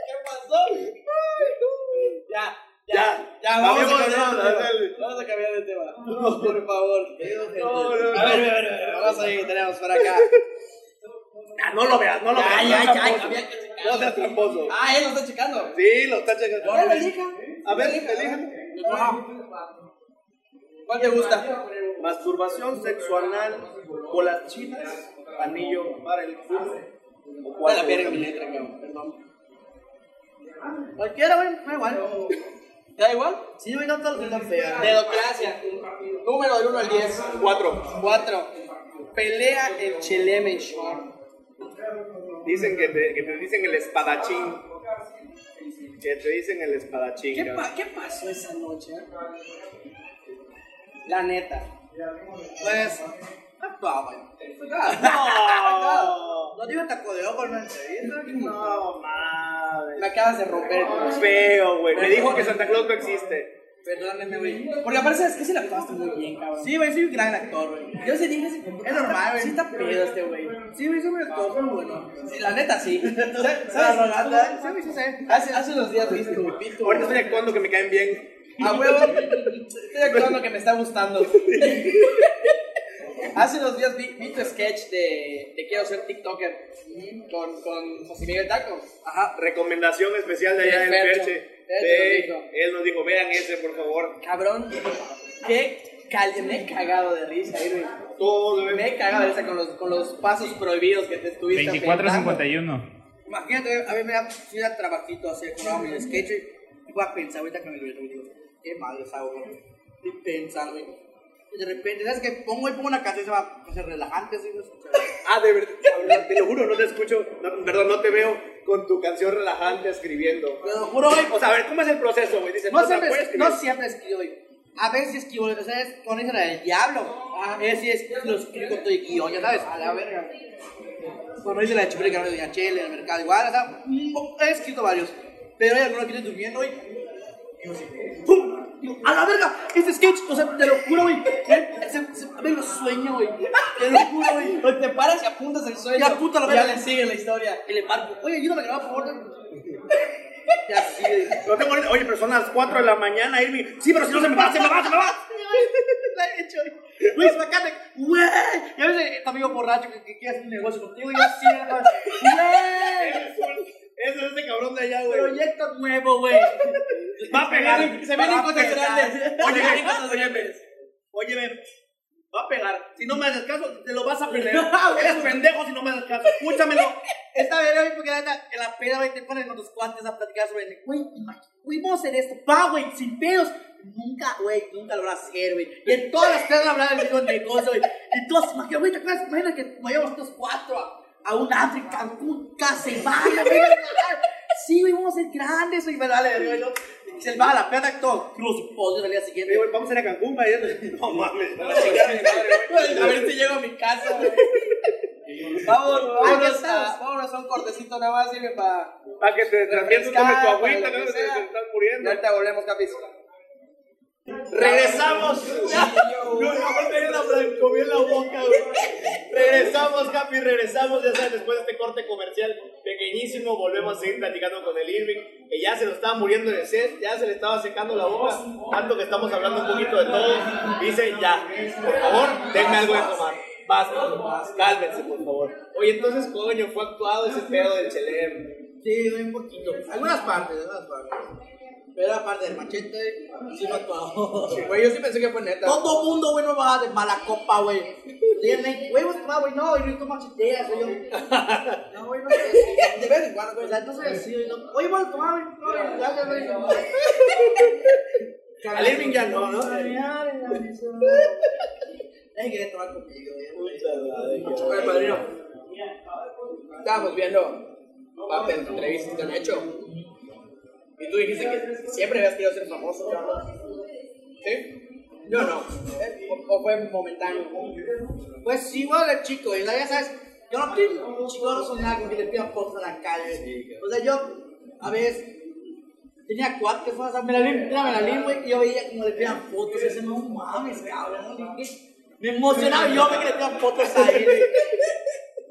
¿Qué pasó? Ya,
Ya,
ya, vamos a
Hablemos de
cambiar
nada,
de tema.
dale.
Vamos a cambiar de tema. Por favor.
No, no, no.
A ver, a ver, a ver, a ver. Vamos a ir, tenemos por acá.
Ah, no lo veas, no lo veas.
Ay,
no
ay,
seas
ay,
tramposo.
había que checar.
No seas tramposo.
Ah, él lo está checando.
Sí, lo está checando.
Ahora elija.
A ver,
Elija.
elija.
¿Cuál te gusta?
Masturbación sexual o las chinas, anillo para el fútbol. O
Voy a la verga mi letra, cabrón. Perdón. Cualquiera, güey, me da igual. ¿Te da igual? Sí, güey, no tan tan fea. Dedocracia. Número del 1 al 10. 4. 4. Pelea el Chelemesh.
Dicen que te, que te dicen el espadachín. Que te dicen el espadachín.
¿Qué,
cabrón.
pa- ¿Qué pasó esa noche? eh? La neta. Pues. No,
ah,
güey. No, no te iba a taco de ojo en una entrevista. No,
Madre.
me acabas de romper el corazón.
Feo, güey. Me dijo que Santa Claus no existe.
Perdónenme, güey. Porque aparte, ¿sabes que Se la pasaste muy bien, cabrón.
Sí, güey, soy un gran actor, güey.
Yo sí dije, es normal, güey. Sí está pedo este, güey.
Sí, güey, soy un actor, pero bueno.
Sí, la neta, sí. ¿Sabes?
Arrogante. Sí, güey, sí sé.
Hace, hace unos días este viste mi pito.
Ahorita estoy actuando que me caen bien.
(laughs)
A huevo, estoy actuando que me está gustando. Hace unos días vi, vi tu sketch de, de Quiero ser TikToker con, con José Miguel Taco. Ah,
Ajá, Ah, recomendación especial de allá
Del
del
Fercho.
Perche.
Él nos dijo.
él nos dijo, vean ese, por favor.
Cabrón, qué cal- me he cagado de risa, Irving.
Todo ¿eh?
Me he cagado de risa con los, con los pasos prohibidos que te estuviste
24
aventando.
51.
Imagínate, güey, a mí me da, sí me da trabajito hacer con mi sketch, güey. Y voy a pensar ahorita que me lo digo, qué mal les hago, güey. Y pensar, güey. Y de repente, ¿sabes qué? Pongo y pongo una canción, se va a hacer relajante, así, no escucha, güey.
Ah, de verdad, (laughs) cabrón, te lo juro, no te escucho, no, perdón, no te veo con tu canción relajante escribiendo.
Te lo juro, güey. pues,
O sea, a ver, ¿cómo es el proceso, güey? Dice,
No
puta,
siempre,
voy a
es-
escribir.
no siempre escribo, güey. A veces escribo, o sea, es con esa del diablo. Es si es lo escribo todo y guión, ya sabes, a la verga. Cuando hice la de Chipre, que no de Chile, en el mercado, igual, o sea, mm, he escrito varios. Pero hay algunos que estoy durmiendo, güey. Y yo así, ¡pum! Digo, a la verga, este sketch, o sea, te lo juro, güey. eh, Se, se, me lo sueño, güey. Te lo juro, güey.
Pero Te paras y apuntas el sueño.
Ya, puta, la
Ya
verga.
le sigue la historia.
Y le marco, oye, ayúdame a grabar, por favor. Y así, güey.
No tengo ni- Oye, pero son las 4 de la mañana, Irving. Sí, pero si no se me va, se me va, se me va.
La
(laughs)
he hecho. Güey, sacate. Güey. Ya ves eh, tu amigo borracho que, que quiere hacer un negocio contigo. Y así, hermano. Güey.
Eso es ese cabrón de allá, (laughs) güey.
Proyecto nuevo, güey.
Va a pegar.
Se vienen
Va a
cosas
pegar.
grandes.
Oye,
Se
ve,
vienen cosas
oye,
grandes.
ve. Oye, ve. Va a pegar. Si no me haces caso, te lo vas
(laughs)
a perder. Eres pendejo si no me haces caso. Escúchamelo.
Esta vez, güey, porque la neta, en la peda, güey, te ponen con tus cuates a platicar sobre, güey, imagínate, güey, vamos a hacer esto, pa, güey, sin pedos. Nunca, güey, nunca lo vas a hacer, güey. Y en todas las pedas hablan del mismo negocio, güey. Y todos, imagínate, güey, te acuerdas, imagínate que vayamos estos cuatro a, a un África, Cancún, Casebana, güey. Sí, güey, vamos a ser grandes, güey, me vale, güey, ¿no? Y Se va a la peda, todo, pues, crucipodio al día
Oye,
siguiente, güey. (laughs)
güey, vamos a ir a Cancún, güey. No mames.
A ver si llego a mi casa, güey. Vámonos, vámonos a, vámonos a un cortecito nada más, sirve para.
Para que te transmientas con tu agüita,
para
¿no?
lo
Que
que
te
sea.
estás muriendo.
Ahorita volvemos, capis.
Regresamos. (laughs) No, no tenía la francomía en la boca, güey. Regresamos, Capi, regresamos. Ya saben, después de este corte comercial pequeñísimo, volvemos a seguir platicando con el Irving, que ya se lo estaba muriendo en el set, ya se le estaba secando la boca. Tanto que estamos hablando un poquito de todo. Dice, ya, por favor, denme algo de tomar. Basta, cálmense, por favor. Oye, entonces, coño, fue actuado ese pedo del Chelem.
Sí, güey, un poquito. Algunas partes, algunas partes. Pero aparte del machete, sí lo actuado.
Güey, yo sí pensé que fue neta.
Todo mundo, güey, no va de mala copa, güey. Tiene, güey, vos tomás, güey, no, y tú macheteas, güey. yo. (laughs) No, güey, no soy así. De vez en cuando, güey, la neta soy así, güey. no. Oye, vos tomás, güey, no, güey, gracias, güey. (laughs)
Al Irving ya no, ¿no?
Nadie quería tomar conmigo, güey.
Oye, padrino. Estábamos viendo papas, entrevistas que han hecho. Y tú dijiste que siempre habías querido ser famoso, cabrón. ¿Sí? Yo no. O, o fue momentáneo.
Pues sí, güey, de chico, güey. La- Ya sabes, yo no tengo chico, no soy nada con que le pidan fotos a la calle. o sea, yo, a veces, tenía cuatro que fueron a San Melalín, era Melalín, güey, y yo veía como le pidan fotos. Y ese no mames, cabrón. dije, Me emocionaba yo ver que le pidan fotos a él. güey.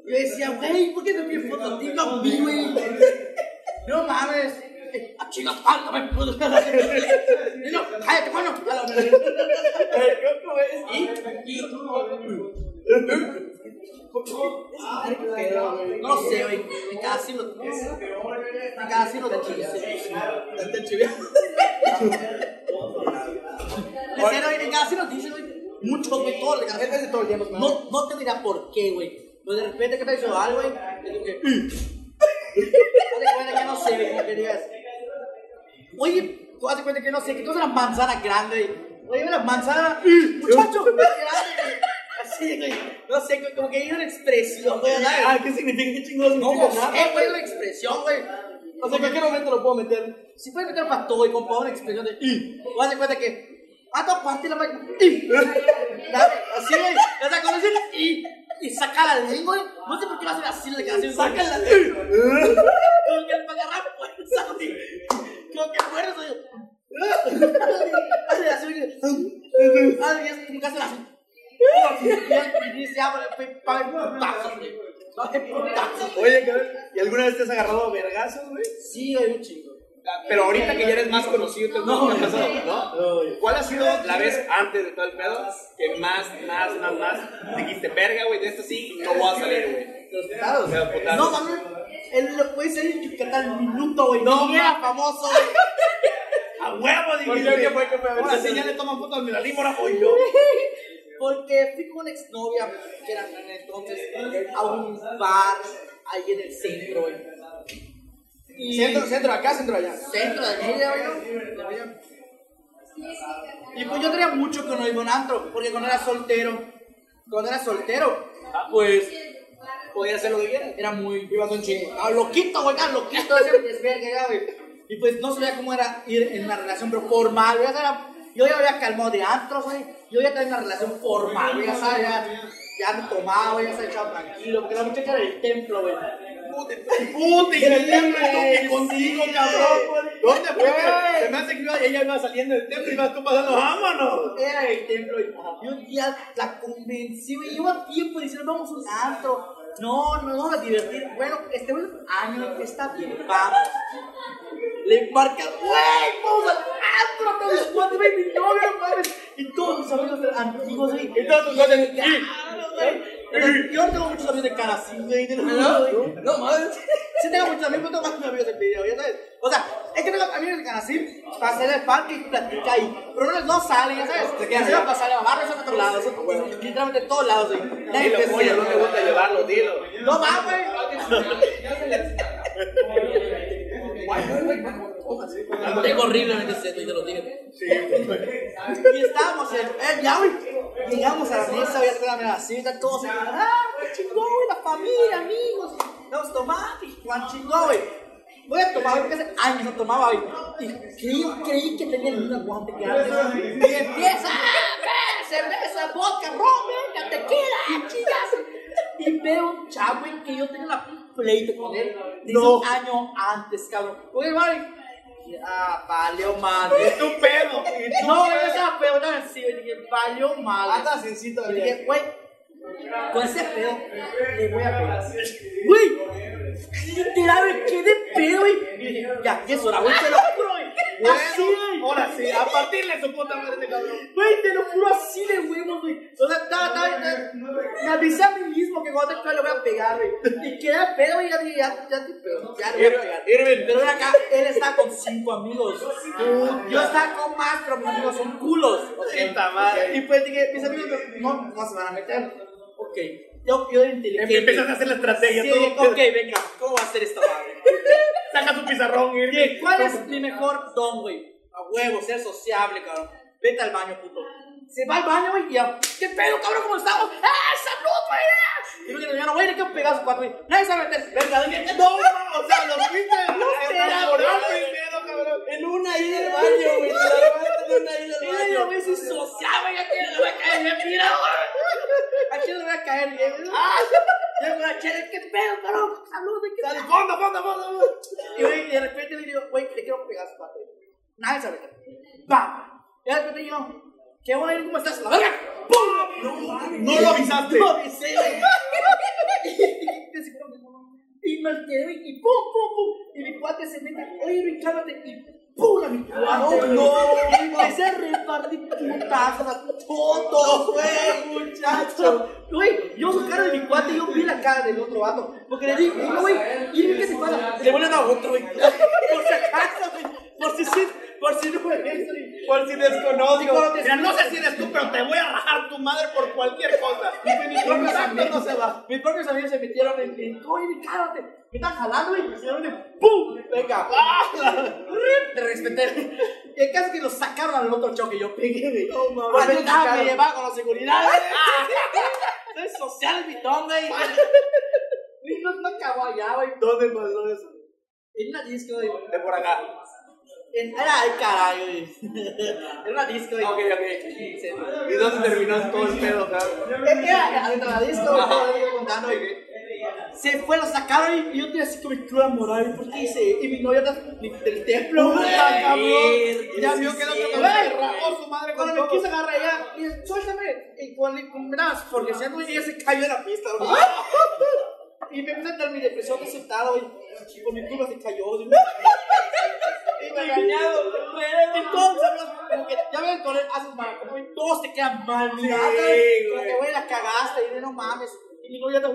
Yo decía, güey, ¿por qué no me fotos a ti, no a mí, güey? No mames. A chingas, no me puedo esperar. Y no, cállate, bueno, a la y, no sé, güey. Me queda así los. Me queda así los 15.
Te chivé.
En serio, güey, me queda así los 15, güey. Muchos, güey, todos le quedan así. No, no te dirá por qué, güey. Pero de repente que te hizo algo, güey. Es como que. "Mm". (laughs) Haz de cuenta que no sé, güey, como que digas. Oye, tú haz de cuenta que no sé, que tú eres una manzana grande, güey. Oye, una manzana, ¡ih! muchacho, grande, güey. Así, güey. No sé, güey, como que hay una expresión, güey. ¿sabes?
Ah, ¿qué significa? ¿Qué chingados?
No,
significa?
no, eh, güey, una expresión, güey. O sea, en cualquier momento lo puedo meter. Si puedes meter un pastor y compa, una expresión de y. O haz de cuenta que. A tu parte la máquina. Y. Dame, así, güey. Ya te conoces y. Y saca la lengua, güey. No sé por qué va a ser así la canción. Saca la lengua. Como que para agarrar fuerza, güey. Como que fuerza, güey. madre y es como que hacen así. Y dice, ah, güey, pa' ver putazos, güey. Pa' ver putazos.
Oye, cabrón, ¿y alguna vez te has agarrado a vergazos, güey?
Sí, hay un chingo.
Pero ahorita que ya eres más conocido, te no, ¿no? ¿Cuál ha sido la vez antes de todo el pedo que más, más, más, más dijiste, verga, güey, de esto sí no voy a salir, güey?
Los putados.
Los putados.
No, mami. Él lo puede ser en Yucatán un minuto, güey. No, era famoso, güey.
¡A huevo, dije!
qué? ¿Qué fue? ¿Qué fue? A ver,
Ahora
sí.
sí ya le toman fotos al Melalímora, voy yo.
(laughs) Porque fui con una exnovia, que era en entonces, a un bar ahí en el centro, güey.
Centro, centro, acá, centro, allá.
Centro de aquí, güey. ¿no? Y pues yo tenía mucho con el antro, porque cuando era soltero, cuando era soltero, pues podía hacer lo que quiera. Era muy. Iba a un chingo. Ah, loquito, güey, ah, loquito, ese (laughs) desvergue, ya, güey. Y pues no sabía cómo era ir en una relación, pero formal, güey. o sea, era- Yo ya había calmado de antro, güey. Yo ya tenía una relación formal, güey, ya sabes, ya. Ya me tomaba, güey, ya se echaba tranquilo, porque la muchacha era del templo, güey.
¡Puta, y
¿Qué
que el templo
güey?
que contigo,
Sí,
cabrón!
güey.
¿Dónde fue?
Güey.
Se me hace que iba- ella iba saliendo del templo y ibas tú pasando, ¡vámonos!
Era del templo y, y un día la convencí, me lleva tiempo diciendo vamos a un antro. No, no, vamos a divertir. Bueno, este güey año está bien, vamos. Le marca, güey, vamos al antro, todos los cuatro, güey, mi novia, madre. Y todos mis amigos de- antiguos, güey. Y todos tus amigos Yo tengo muchos amigos de cara así, güey. de los- güey.
No, madre.
Sí tengo muchos amigos, pero tengo más amigos en video, ya sabes. O sea, es que tengo amigos que ganan así, para hacer el parque y platicar ahí. Pero no, no salen, ya sabes. Se van a pasar a barrios a otros lados, son- literalmente en todos lados, güey. Nadie
Dilo,
te
coño,
sigue.
no te gusta llevarlo, dilo.
No más, güey. Tengo horriblemente sed, güey, te lo digo. (laughs) Y estábamos en. eh, ya, güey. Llegamos a la mesa, voy a hacer la mesita, todos. en- ¡Ah, qué chingón, güey! La familia, amigos. Vamos a tomar, y Juan chingón, güey. Voy a tomar, porque hace años no tomaba, güey. Y creí, creí que tenía el mismo aguante que antes. güey. Y empieza, ¡ah, ve! Cerveza, vodka, ron, venga, tequila, chicas. Y veo un chavo, güey, que yo tenía la pleito con él. desde
No.
un año antes, cabrón. Oye, vale. Ah, valió madre.
(laughs) ¡Tu pedo!
No, yo estaba pedo, estaba así, güey, dije, valió mal.
Hasta sencito,
Y
güey.
dije, güey, con ese pedo le voy a pegar. Güey, literal, güey, qué de pedo, güey. Y dije, ya, ¿qué es hora, güey? Te lo juro, güey. Así, güey.
Bueno, ahora sí, ah, a partirle su puta madre este cabrón.
Güey, te lo juro así de huevos, güey. O sea, estaba, estaba, estaba- me avisé a mí mismo que cuando te pedo le voy a pegar, güey. Y quedé pedo, güey, ya dije, ya, ya te pedo, ya le voy a pegar.
Irving.
Pero ven acá, él está con cinco amigos. Yo estaba con más, pero mis amigos son culos. O sea,
Puta madre.
Y pues dije, mis amigos no, no se van a meter. Ok, yo, yo era inteligente.
Empiezas a hacer la estrategia,
Sí,
todo.
ok, venga, ¿cómo va a ser esta madre?
Saca tu pizarrón,
Oye,
Irving.
¿Cuál es mi mejor don, güey? A huevo, ser sociable, cabrón. Vete al baño, puto. Se va al baño, güey, y a... ¿Qué pedo, cabrón? ¿Cómo estamos? ¡Ah, salud, güey! Y luego que no, güey, le quiero pegar a su cuatro, güey. Nadie sabe meterse. Venga, venga. No,
No, o sea, lo fuiste a enamorar primero, cabrón.
En una ahí del baño, güey. Te la levantan en una ahí del baño. (laughs) Mira, güey, soy sociable. Aquí no voy a caer bien, mira, güey. Aquí no voy a caer bien. ¡Ah! Yo con la chela, ¿qué pedo, cabrón? Salud, ¿de qué tal?
Fondo, fondo, fondo. fondo.
Y güey, de repente le digo, güey, te quiero pegar su padre. Nadie sabe. ¡Pam! Y de repente yo, ¿qué voy a ir? ¿Cómo estás? ¡La verga! ¡Pum! No, mames.
No lo avisaste.
No avisé, güey. Y se fueron, Y me alteré, güey, y pum, pum, pum. Y mi cuate se mete, oye, güey, cálmate. Y pum, a mi cuate. güey. Empecé a repartir putazos a todos, güey, muchacho. Güey, yo su cara de mi cuate, yo vi la cara del otro vato. Porque le dije, digo, güey, y vi que se pasa. Le vuelven a otro, güey. Por si acaso, güey. Por si sí, por si no es, güey.
Por si
Y cuando
desconozco.
te-
Mira, no sé si eres tú, pero te voy a rajar tu madre por cualquier cosa. (laughs) Y mi propio acto no se va.
Mis propios amigos se metieron en mi coin, cálmate. Me están jalando güey, y me hicieron de ¡pum!
(laughs)
Venga, ¡ah! Te respeté. Y el caso es que los sacaron al otro choque. Yo pegué, güey. Pues,
mames, Ah.
nada,
sacaron.
me llevaba con la seguridad, güey. (laughs) Soy social, bitón, güey. (laughs) Y no, no acabó allá, güey.
¿Dónde pasó eso?
En una disco, güey.
De por acá.
En- Era, ay, caray, güey. (laughs) Era una disco, güey. Ok, ok.
¿Y dónde terminó todo el pedo, cabrón?
Era adentro de la disco, güey, todo el día contando, güey. se fue, lo sacaron y yo tenía así como cruda moral. ¿Por qué hice? Y mi novia del, del templo. ¡Puta, cabrón! Ya vio que era otro cabrón. Rajó su madre. Cuando me quise agarrar ella, y dije, suéltame. Y cuando le compras, porque si no, ella se cayó en la pista. güey. Y me puse a dar mi depresión de sentado, güey. Y con mi culo se cayó. güey. Y me engañado. Entonces, amigos, como que ya ven con él, haces mal. Como que todos te quedan mal. güey. Como que, güey, la cagaste. Y yo, no mames. Y mi novia está.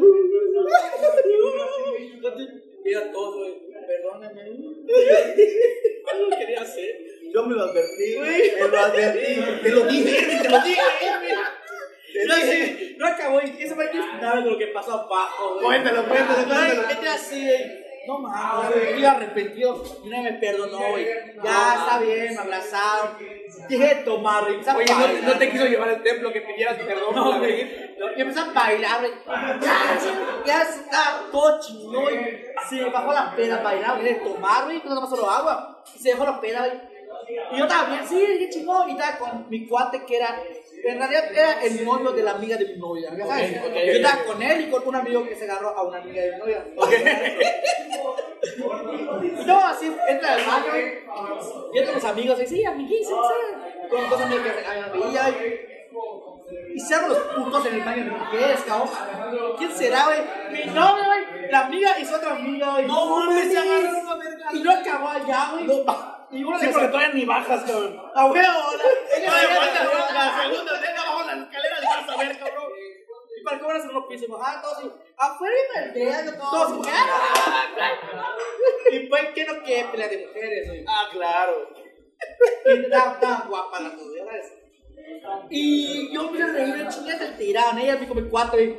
Mira todo, güey. Perdóname. No lo quería hacer.
Yo me lo advertí, me lo advertí, te lo dije, te lo dije.
No, sí, no acabó. Y ese fue que nada de lo que pasó abajo, güey.
Cuéntalo, cuéntalo, cuéntalo.
Ay, vete así, güey. No mames, güey, yo iba arrepentido y una me perdonó, güey. Ya está bien, me abrazaron. Dije de tomar, güey. empecé a
Oye, no,
bailar.
no te quiso llevar al templo que pidieras perdón por
No,
la
güey.
vez.
No, Y empecé a bailar, güey. Ya, sí, ya está todo chingón. güey. Se bajó la peda a bailar, güey. De tomar, güey. No más solo agua. Y se dejó la peda, güey. Y yo también, sí, qué chingón. Y estaba con mi cuate que era. En realidad era el novio de la amiga de mi novia, ya sabes. yo estaba con él y con un amigo que se agarró a una amiga de mi novia. (laughs) No, así entra al baño, güey. Yo con mis amigos, y sí, amiguísimos, sí. Con cosas mías que se me veía, y- Y se abren los putos en el baño de mujeres, cabrón. ¿Quién será, güey? Mi novia, güey. La amiga y su otra amiga, güey. No mames, se agarraron a verga. Y no acabó allá, güey. Y uno le sacó
todavía ni bajas, cabrón.
a huevo, la- ella
Oye,
se-
falta la segunda, venga bajo las escaleras y vas a ver, cabrón.
Y para cobrar se lo piso, ah, todos así, afuera y perdiendo, todos ¿qué? Y pues, ¿qué no quiere pelea de mujeres, güey?
Ah, claro.
Y tan, tan guapa la novia, ¿sabes? Y yo me reí, chingas el tirano, ella me come cuatro, y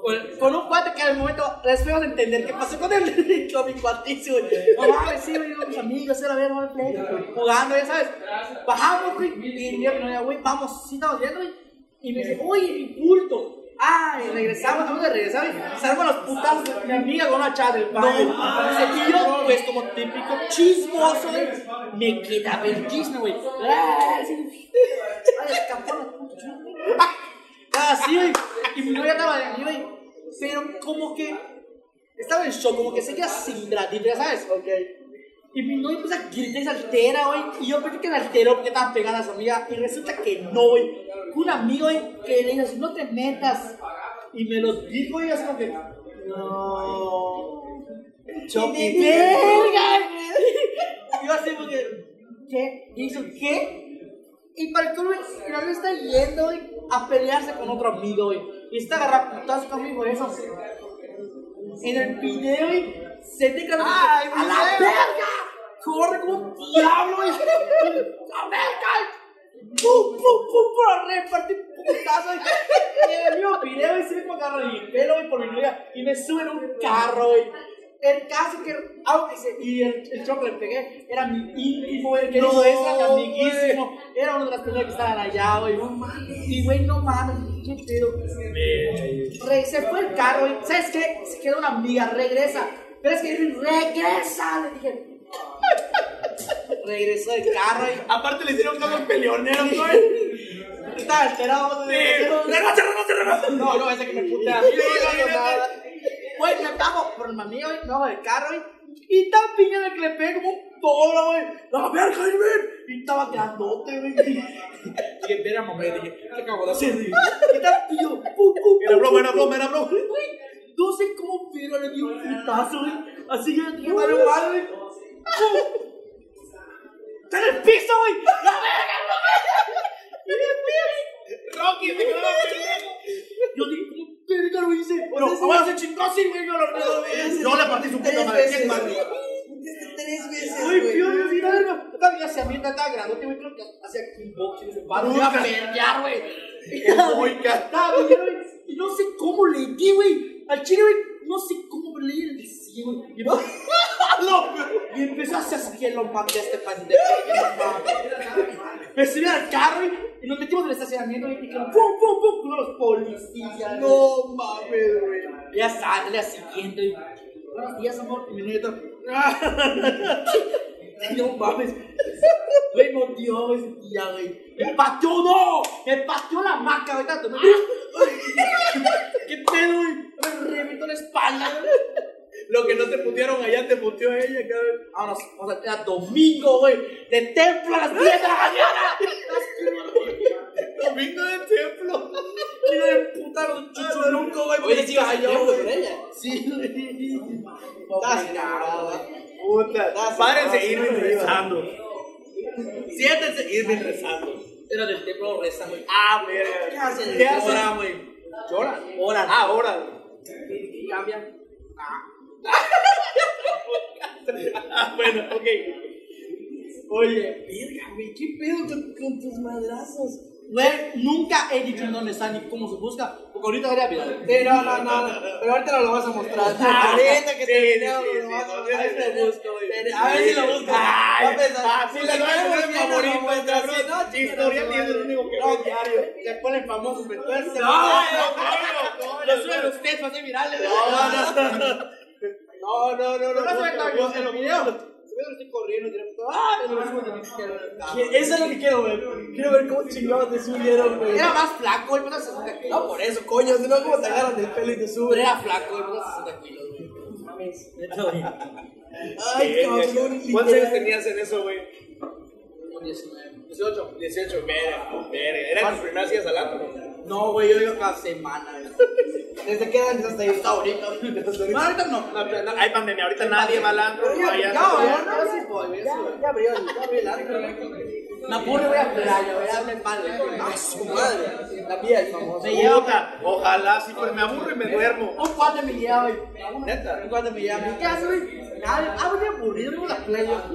con- con un cuate que al momento les feo de entender qué pasó con él, (laughs) y yo mi cuatísimo, no mames, sí, güey, con mis amigos, se la veía, no play, jugando, ya sabes, bajamos, güey, y yo, no, ya, güey, vamos, sí, estamos viendo, güey, y me dice, oye, mi bulto, ah, y regresamos, estamos de regresar, y salgo a los putazos, mi amiga con una chava del padre, y yo, pues, como típico chismoso, güey, me queda ver el chisme, güey, ah, sí, ay, escapó la puta, güey. Ah, sí, güey. Y mi novia estaba de mí, güey. Pero como que estaba en shock, como que se queda sin gratitud, ya sabes. Ok. Y mi novia empieza a gritar y se altera, güey. Y yo pensé que se alteró porque estaba pegada a su amiga. Y resulta que no, güey. Un amigo, güey, que le dice así, no te metas. Y me lo dijo y así como que, no. Chopi. ¡Verga! güey. (laughs) Y yo así como que, ¿qué? Y hizo, ¿qué? Y para el culo, el novio está yendo güey, a pelearse con otro amigo, güey. Y está agarrando putazo conmigo, eso. En el video, güey, se te cae ¡A la verga! Corre como un diablo, güey. ¡A verga! ¡Pum, pum, pum! Por repartir putazo, güey. Y en el mismo video, güey, se ve como agarra mi pelo, güey, por mi novia. Y me sube en un carro, güey. El caso que. ah, y se- y el, el choque le pegué era mi íntimo, el querido Ezra, mi amiguísimo. Era una de las personas que estaban allá, güey. No mames. Y, güey, no mames. Qué pedo. Re- se fue el carro, güey. ¿Sabes qué? Se queda una amiga, regresa. Pero es que dije, regresa. Le dije. Regresó el carro, güey.
Aparte le hicieron casos peleoneros, güey.
Estaba alterado. güey.
¡Regacha, regacha, regacha!
No, no, ese que me putea.
Sí, imagínate.
Güey, me estamos por el mami, güey, me bajo del carro, güey. Y estaba piñando que le pegué como un toro, güey. La verga, güey. Y estaba grandote, güey. Dije, espera, mamá, dije, ¿qué acabo de hacer? güey? Y estaba y yo, pum, pum,
Era
pum,
broma,
pum,
era
pum.
broma, era broma.
Güey, no sé cómo pero le dio un putazo, güey. Así que dije, vale, vale. Pum. ¡Está en el piso, güey! ¡La verga, la verga! ¡Y me fui, güey.
Rocky, te quedaba pendejo.
Yo dije, ¿cómo verga lo hice? Pues,
Pero
Entonces,
ahora se chingó así, güey. Yo lo Yo le partí su puta madre. ¿Qué es más, güey?
Tres veces. Uy, Dios, sí, verga. Esta vieja se avienta, estaba grandote, güey. Creo que hacía kickboxing, se paró. Iba a pelear, güey. Estaba bien, güey. Y no sé cómo le di, güey. Al chile, güey. No sé cómo le di el sí, güey. Y no. (laughs) Y empezó a hacer así que lo maté a este pendejo. Me subí al carro güey, y nos metimos en el estacionamiento y dijeron ¡pum, pum, pum! con los policías. No mames, güey. Ya sale la siguiente. güey. Buenos días, amor. Y mi nieto. (laughs) "Ah". No mames. Güey, no dio ese día, güey. ¡Me pateó, no! ¡Me pateó la maca, güey! tanto, ¿no? ¿Qué pedo, güey? me reventó la espalda, güey.
Lo que no te putearon allá te puteó ella, cabrón.
Vámonos, vamos a quedar domingo, güey. De templo a las 10 de la mañana.
Domingo de templo.
Quiero de puta los chuchulucos, güey. Oye, sí, ay, yo, güey, con ella. Sí, güey. Estás ¿eh? enamorada.
Puta. Párense, irme rezando. Siéntense, irme rezando.
Pero del templo reza, güey.
Ah, verga.
¿Qué hacen?
¿Qué hacen?
Ahora, güey.
Llora.
Oran.
Ah, ahora.
Cambia.
Ah, bueno, ok.
Oye, verga, güey, ¿qué pedo con, con tus madrazos? Güey, nunca he dicho en dónde está ni cómo se busca, porque ahorita era viral. Sí, no, no, no, no, pero ahorita no lo vas a mostrar. ahorita
Ah, Sí,
que te
sí,
video
sí,
lo
sí,
vas a
no,
mostrar.
sí,
Ahí
sí,
lo busco, güey.
sí,
A ver si lo
sí,
busco.
ay,
Va a pensar,
ah, sí,
si
la
le
nueva
ponemos
es
bien,
favorita,
no lo muestras,
cabrón.
sí, no,
Sí,
chingas,
historia
no,
tiene el único que ve.
No, diario. Le ponen famosos, pero entonces se
No, no, no, no,
Lo suben ustedes para hacer virales. No, no,
No, no, no, no. no,
no,
no,
no, no, en
no,
los videos. Yo estoy corriendo, directo. ¡Ah! Lo mismo de mi Eso es lo que quiero ver. Quiero ver cómo chingados te subieron, güey. Era más flaco, el menos 60 kilos. No, por eso, coño. Si no, cómo te agarran del pelo y te suben. Era flaco, el menos 60 kilos, güey. Ay, cabrón.
¿Cuántos años
literal.
tenías en eso, güey?
18.
18, verga, verga. ¿Eran tus primeras días al antro?
No, güey, yo iba cada semana. güey. Desde que eran hasta ahí. Hasta ahorita. No, ahorita no.
No, pero no, hay pandemia, ahorita nadie va al antro.
Pero ya-
allá
ya,
todo.
ya, ya, sí, pues, ya, ya abrió el- ya abrió el arco. Me pone voy a playa, voy a darle palo. Ah, su madre. La mía es famosa.
Puta, ojalá, sí, pues me aburro y me duermo.
Un cuate me lleva, güey. Un cuate me lleva. ¿Qué hace, güey? Nada, Ah, güey, aburrido con la playa. Ah,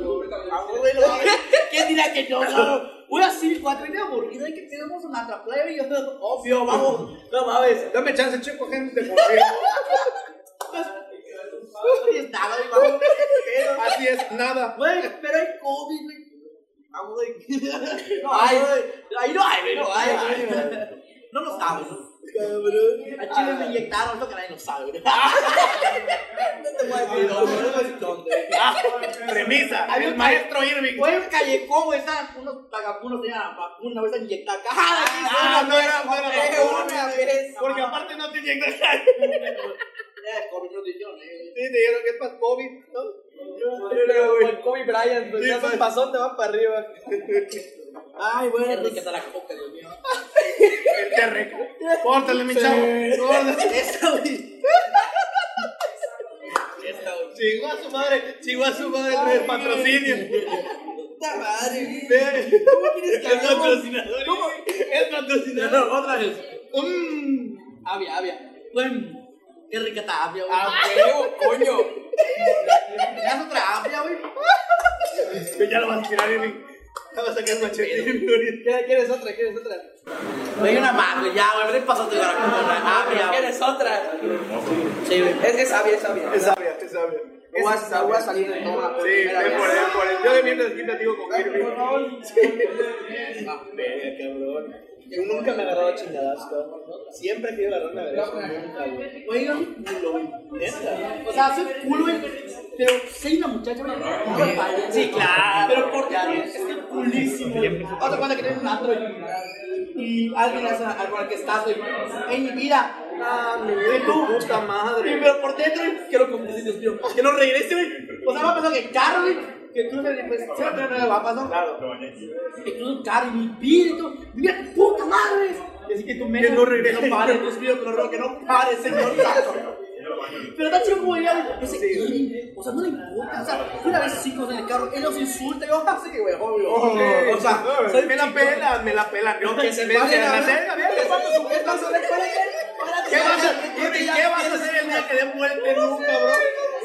güey, lo- (laughs) ¿Quién dirá que yo, no? Güey, así, cuate, me aburrido y que tenemos una otra playa. Y yo, obvio, vamos. No mames.
Dame chance, chico, gente, por favor.
Y estaba, güey, vamos.
Así es, nada.
Güey, pero hay COVID, güey. Vamos, güey. No hay, güey. Ahí no hay, güey. No hay, güey. No lo sabes. Cabrón. A Chile me inyectaron, lo que nadie lo sabe. güey. No te voy a decir dónde, no te voy a decir dónde.
Ah, Premisa,
Había
el
un-
maestro Irving.
Fue un callejón, güey. Estaban unos vagabundos, tenían la vacuna, güey. Están inyectadas. ¡Ah, sí,
Ah,
sí,
no era, no
güey,
era vacuna.
una vez.
Porque aparte no te inyectas.
Era de COVID, no te dijeron, eh.
Sí, te dijeron que es para COVID, ¿no? "Pues,
el Kobe Bryant,
Sí, pues.
pasón te va para arriba. Ay, güey. Enrique,
pues.
está la coca, Dios mío.
Eh, El terreco. Córtale, mi chavo.
(laughs)
Córtale.
Eso, güey.
Chingó a su madre. Chingó a su madre el del patrocinio.
Puta madre.
Ve.
¿Cómo
(laughs)
quieres que
El
hagamos?
patrocinador.
¿Cómo?
El patrocinador. Otra vez. Mmm.
Avia, avia. Güey, qué rica está avia, güey.
Ah, huevo, coño.
¿Me das otra avia, güey?
Que ya lo vas a tirar, Irving. Ya vas a sacar el machete. ¿Quieres otra? ¿Quieres otra?
Güey, una madre, ya, güey. Ven, pásate ahora con una avia. ¿Quieres otra? Sí, güey. Es que es avia, es avia.
Es sabia, es sabia. Es
Voy a, voy a salir de toma.
Sí, ven por él, por él. Yo de mientras aquí platico con Irving. Sí. Verga, cabrón. Yo nunca me he agarrado a chingadas, cabrón. Siempre he querido agarrarme a vergas. Nunca, güey.
Güey, yo soy culo, güey. O sea, soy culo, güey. Pero soy una muchacha, güey. Sí, claro. Pero por dentro estoy culísimo. güey. Otra cuenta que tengo un antro y- y alguien hace algo al que estás, güey. En mi vida. Ah, me duele tu puta madre. Pero por dentro, güey, quiero confundir, Dios mío. Que no regrese, güey. O sea, me ha pasado que el carro, güey. Que tú me pues, siempre me va a pasar. Claro. Que tú un carro y mi vida y todo. Mira, puta madre. Y así que tú me.
Que no regrese.
Que no pare, Dios mío, que no, que no pare, señor. Pero está chido como ella, ese quiere, o sea, no le importa, o sea, fue una vez chicos en el carro, él los insulta, y yo, así que, güey, obvio,
Ok,
o sea, soy
me la
chico.
pelan, me la pelan. No, que se me
Vale,
la
la
verga,
verga,
verga.
¿cuántos sujetos son? Espérate, espérate,
¿Qué vas a
espérate,
Irving,
ya
¿Qué vas a
quieres-
hacer el día que dé vuelta en un cabrón?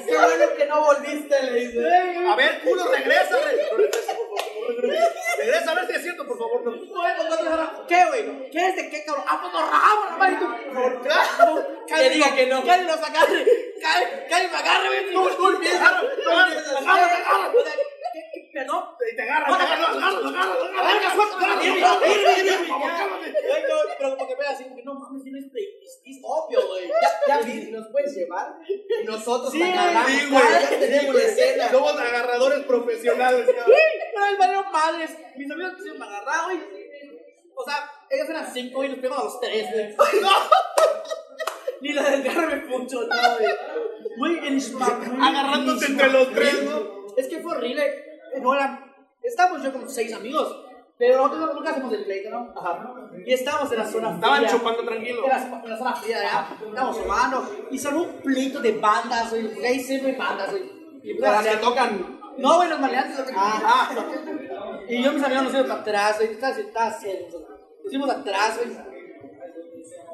Qué bueno que no volviste, le dice.
A ver, culo, regresa. re- no regresa, por favor, no regresa. Regresa a ver si es cierto, por favor. No.
Bueno, entonces, ahora, ¿Qué, güey? ¿Qué es de qué, cabrón? Ah, pues nos rajamos, nomás, y tú, por claro, Cali,
diga que no.
Cali nos agarre, Cali, Cali me agarre, güey, tú, tú, el viejo,
agarra, agarra, agarra.
O sea, ¿qué- qué- Perdón,
Te- Te agarra, te agarra, te agarra, te agarra, te agarra.
Verga, suéltame,
Agárralo,
Irving,
agárralo,
Irving,
agárralo,
Irving,
por favor,
ya.
cálmate.
Güey, no, pero como que me así, como que no mames, tienes es obvio, güey. Ya, ya vi, nos puedes llevar. Y nosotros
Sí, sí, güey.
güey. tenemos la escena.
Somos agarradores profesionales.
Sí,
cabrón.
pero me valieron madres. Mis amigos se me agarraron, (laughs) güey. O sea, ellos eran cinco y nos pegamos a los tres, güey. Ni la del carro me funcionó, güey. Güey, el smack, güey.
Agarrándote entre los tres, ¿no?
Es que fue horrible. Eh, No eran. Estábamos yo con seis amigos. Pero nosotros nunca hacemos el pleito, ¿no? Y estábamos en la zona
Estaban
fría.
chupando tranquilo.
En la, en la zona fría, ¿ya? Estábamos tomando. Y salió un pleito de bandas, güey. Porque ahí siempre hay bandas, güey. Y
De las que tocan.
No, güey, los maleantes. los que- Ah, Y yo y mis amigos nos fuimos para atrás, güey. Estaba estaba ciego, güey. Nos fuimos atrás, güey.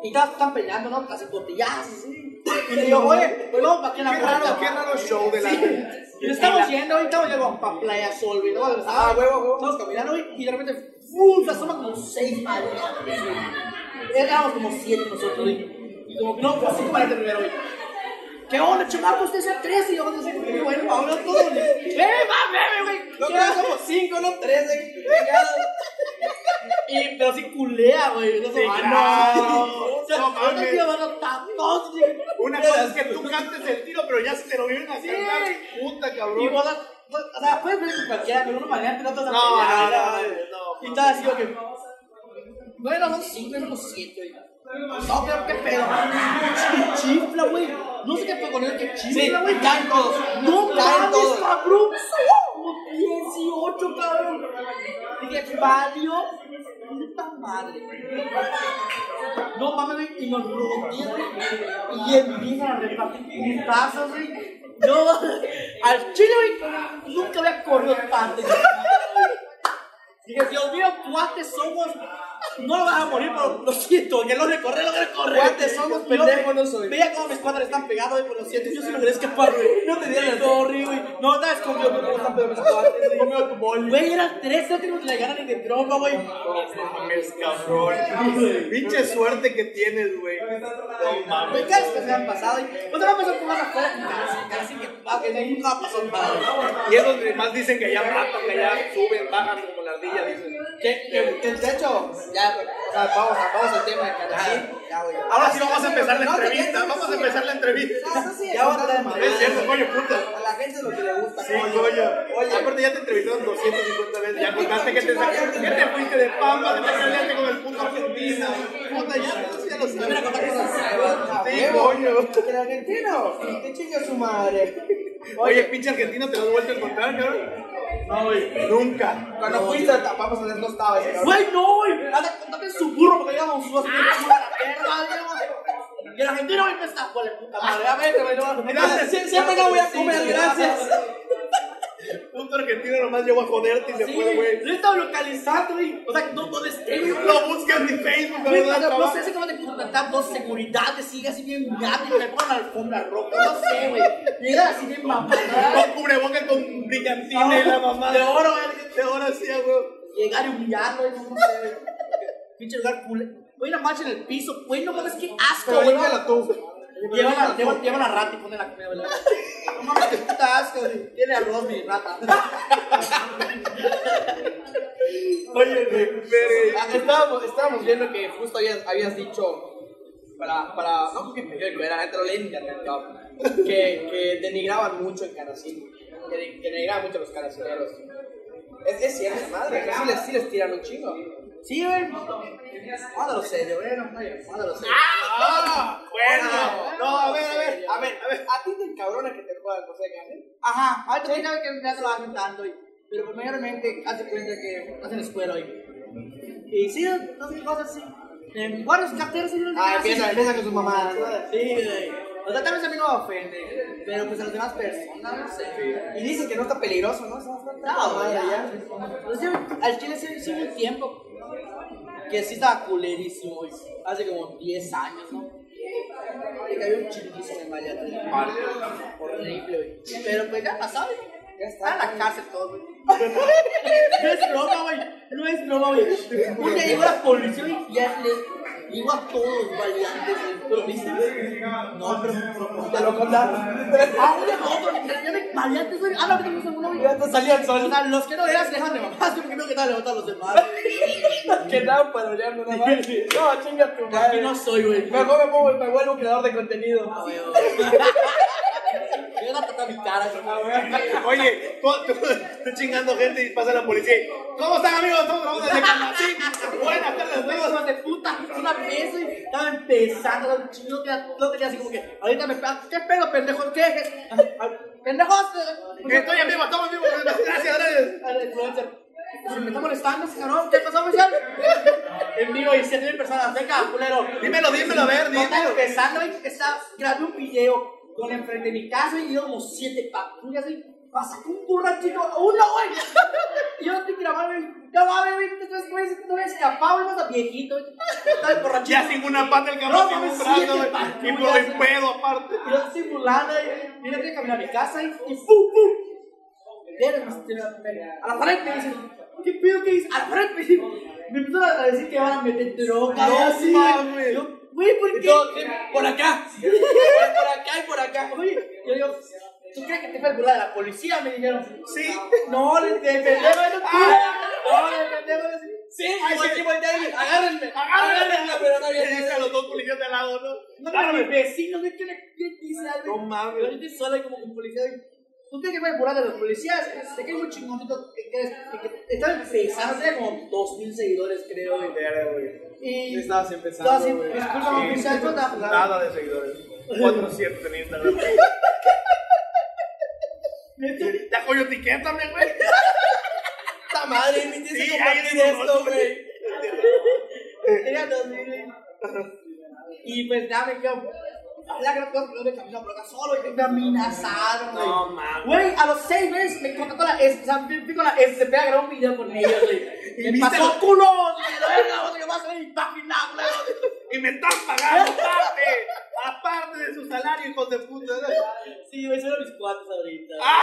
Y estaban estaban peleando, ¿no? Casi botellazos, sí. Y le digo, oye, pues vamos para aquí en la
Qué raro,
puerta.
qué raro show de la.
Y nos estamos yendo, güey, estamos yendo para Playa Sol, güey. ¿no? Ah, huevo, huevo. Estamos caminando, güey, y de repente, ¡fum! Se asoma como seis maleantes, güey. Éramos como siete nosotros, güey. Y como que no, pues cinco maleantes primero, güey. ¿Qué onda, chaval? Usted sea tres y yo no sé qué bueno, Pablo, todo. ¡Eh, va, bebe, güey! No, somos cinco, no tres, güey. Y, pero sí culea, güey. No sé, (laughs) no. No mames. tío, mano, tapón, güey.
Una cosa es que tú cantes el tiro, pero ya se te lo vienen a cantar. Puta,
Y
cabrón.
vos, o sea, puedes ver con cualquiera, pero uno manera que no te vas a
No,
pelear,
no, no,
güey.
no,
Y estaba así, ok. No éramos cinco, éramos siete, güey. No, pero qué pedo. Ch- Chifla, güey. No sé qué pedo con él que chifla, güey. caen todos. No mames, cabrón. Somos 18, cabrón. Dije, valió. Puta madre. No mames, güey. Y nos rodean. güey, Y empiezan a repartir putazos, güey. No, al chile, güey. Nunca había corrido tanto. Dije, Dios mío, cuates somos. No lo vas a morir, pero lo siento, que lo recorré, lo recorré. Cuates somos, pendejos no soy. Veía cómo mis cuadras están pegados, güey, pero lo siento. Yo sí logré escapar, güey. No te dieron el torre, güey. No, estaba escondido, pero no están pegados mis cuates. güey. Yo me voy a tu bol. Güey, eran tres, no tengo la gana ni de trompa, güey.
mames, cabrón. Pinche suerte que tienes, güey. No mames.
Güey, caras que se me han pasado. y- Pues no me pasó por más afuera, casi, casi que pa, que nunca pasó nada.
Y esos demás dicen que ya matan, que ya suben, bajan como la ardilla, dicen.
Que, que, que el techo, ya, güey. O sea, vamos, a- vamos al tema de Canadá. Ya, güey.
Ahora sí vamos a empezar la
No, que-
entrevista. Vamos a empezar la entrevista.
Ya va a estar en Madrid.
Es cierto, coño, puta.
A la gente es lo que le gusta.
Sí,
coño.
coño. Oye, aparte ya te entrevistaron 250 veces. Ya contaste que te sacaste. Que te fuiste de Pampa, de peleaste con el puto argentino. Puta, ya, eso ya lo
Yo me la conté
sabes.
con las cebas.
Sí,
Huevo.
coño.
Que el argentino, que chinga su madre.
Oye, pinche argentino, ¿te lo has vuelto a encontrar, cabrón? No, güey. Nunca.
Cuando fuiste a tapamos a ver, no estaba ese cabrón. Güey, no, güey. Anda, contame su burro porque llevamos su asco. Y el argentino me está, güey, puta madre. A ver, güey, no.
Gracias.
Sie- Siempre no voy a comer,
Sí,
gracias.
Puto argentino nomás llegó a joderte y se
Sí,
fue, güey.
Lo he estado localizando, güey. O sea, no todo es
Lo buscas en Facebook,
Güey,
¿verdad?
cuando no
cabrón?
sé si como de contratar dos seguridades, sigue así bien gato y me ponen la alfombra roja, no sé, güey. Llega así bien mamada.
Con cubrebocas, con brillantina y la mamá.
De oro,
güey. De oro, sí, güey.
Llegar y humillarlo, güey, no sé, güey. Pinche lugar cool. Güey, la mancha en el piso, güey, no mames, qué asco, güey.
Llévala tú.
Lleva la, lleva, lleva la rata y pone la comida, ¿verdad? No mames, qué puta asco, güey. Tiene arroz mi rata.
Oye, güey, verga.
Ah, Estábamos, estábamos viendo que justo habías, habías dicho para, para no porque me quiero era gente lo leí en internet, cabrón, que, que denigraban mucho en Canacín, que, de- que denigraban mucho a los canacineros. Es, es cierto, esa madre, que sí les, sí les tiran un chingo.
Sí, güey. Cuadro serio, güey. No, güey, cuadro serio.
Ah, bueno. No, a ver, a ver.
A ver, a ver, a ti te encabrona que te jodan, José Canel.
Ajá, ahorita voy a ver que ya se lo hacen tanto, y- pero
pues
mayormente hace cuenta que hacen escuela hoy. Y sí, no sé, cosas así. En varios carteros y no
Ah, empieza- empieza con su mamá.
Sí, güey. O sea, tal vez a mí no me ofende, pero pues a las demás personas, no sé. güey.
Y dicen que no está peligroso, ¿no? Esa madre,
No, madre,
ya.
ya. Pero sí, al chile sí, sí hubo un tiempo que sí estaba culerísimo, güey. Hace como 10 años, ¿no? Y que había un chiquísimo en Valladolid. Horrible, güey. Pero pues ya pasó, güey. Ya está. en la cárcel todo, güey. No es broma, güey. No es broma, güey. Un día llegó la policía güey, y ya le digo a todos los valiantes, güey. ¿Pero viste? No, pero te lo contaron. Ah, un día otro, ya de valiantes, güey. Ah, no, que no se güey. Ya te salía el sol. O sea, los que no eras, dejan de mamás, güey, porque no que tal levantar los demás.
(laughs) Que nada, para allá, no nada más. No, Ah, chinga tu
Aquí
madre.
no soy, güey.
Mejor me, pongo, me vuelvo creador de contenido.
(laughs) Yo le va a tratar mi cara.
Oye, tú, tú- tú chingando gente y pasa la policía. y, ¿Cómo están, amigos? Estamos grabando desde Camacín. Buenas tardes,
Güey,
amigos.
hijo de puta, una vez, güey, estaba empezando, no no tenía, no tenía así como que, ahorita me pega, ¿qué pedo, pendejo? ¿Qué? qué? Ah, ¡Pendejo!
Estoy en vivo, estamos en vivo. Gracias, gracias.
Al influencer. Se me está molestando ese cabrón, ¿qué pasó, oficial? En vivo y 7000 personas, venga, culero.
Dímelo, dímelo, a ver,
No está
dímelo.
empezando, güey, está, grabé un video con enfrente de mi casa y íbamos siete patrullas, güey. Pasa con un borrachito, uno, güey. (laughs) Y Yo estoy grabando, güey. No mames, güey, entonces, güey, no voy a escapar, güey, más viejito, güey. Está el borrachito.
Ya sin una pata el cabrón,
No,
sin un
mames,
brazo,
siete
güey, y
patrullas.
por el pedo aparte.
Y yo simulando, y mira que caminar a mi casa y, y pum, pum. Eres más tira- A la pared me dicen, ¿qué pedo que dices? A la pared me dicen, me empiezan a decir que van a meter droga.
No
y así, güey.
mames.
Yo, Güey, ¿por qué? (laughs)
Por acá.
por acá y por acá. Oye, yo digo, ¿tú crees que te puedes burlar de la policía? Me dijeron, sí. No, le defendemos eso. No, le defendemos eso. Sí,
Ay,
voy
sí.
aquí, voy allá, agárrenme.
Agárrenla,
pero no había
Le dice a los dos policías de al lado, ¿no?
No,
Dale,
pero mis
güey.
vecinos, güey, ¿qué le qué dice
No
algo?
mames.
Yo estoy sola y como con policía. güey. ¿Tú crees que voy a burlar de los policías? Te cae muy chingonito. ¿Qué crees? Que- que Estaba empezando, tenía como 2.000 seguidores, creo. güey. Y. Estabas empezando. Disculpa, oficial, ¿cuánto?
Nada de seguidores. 400 en Instagram. Ya coño, etiquétame, güey.
¡Puta madre! ¡Me tienes
Sí,
que
ahí
compartir
es un
esto,
rollo,
güey! Tenía 2000. güey. Y pues nada, me quedo. La gran cosa que yo me caminaba por acá solo y me amenazaron, güey. No mames. Güey, a los seis meses me contrató la S. O sea, me fui con la SCP a grabar un video con ellos,
(laughs)
güey.
¿Y
Me
viste
pasó
lo-
culo, güey. La verga, güey, yo vas a mi página, güey.
Y me están pagando aparte. Aparte de su salario, hijos de puta.
Sí, güey, son mis cuates ahorita.
Ah,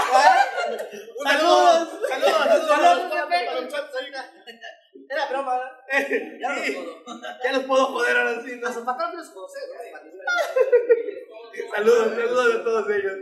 ¡Saludos!
Saludos, saludos,
¡Saludos!
saludos.
¡Saludos! Era broma, ¿verdad?
(laughs)
Ya no
Sí,
puedo.
Ya los puedo joder ahora sí.
A
¿no?
su patrón los conoces,
Saludos, saludos a todos ellos.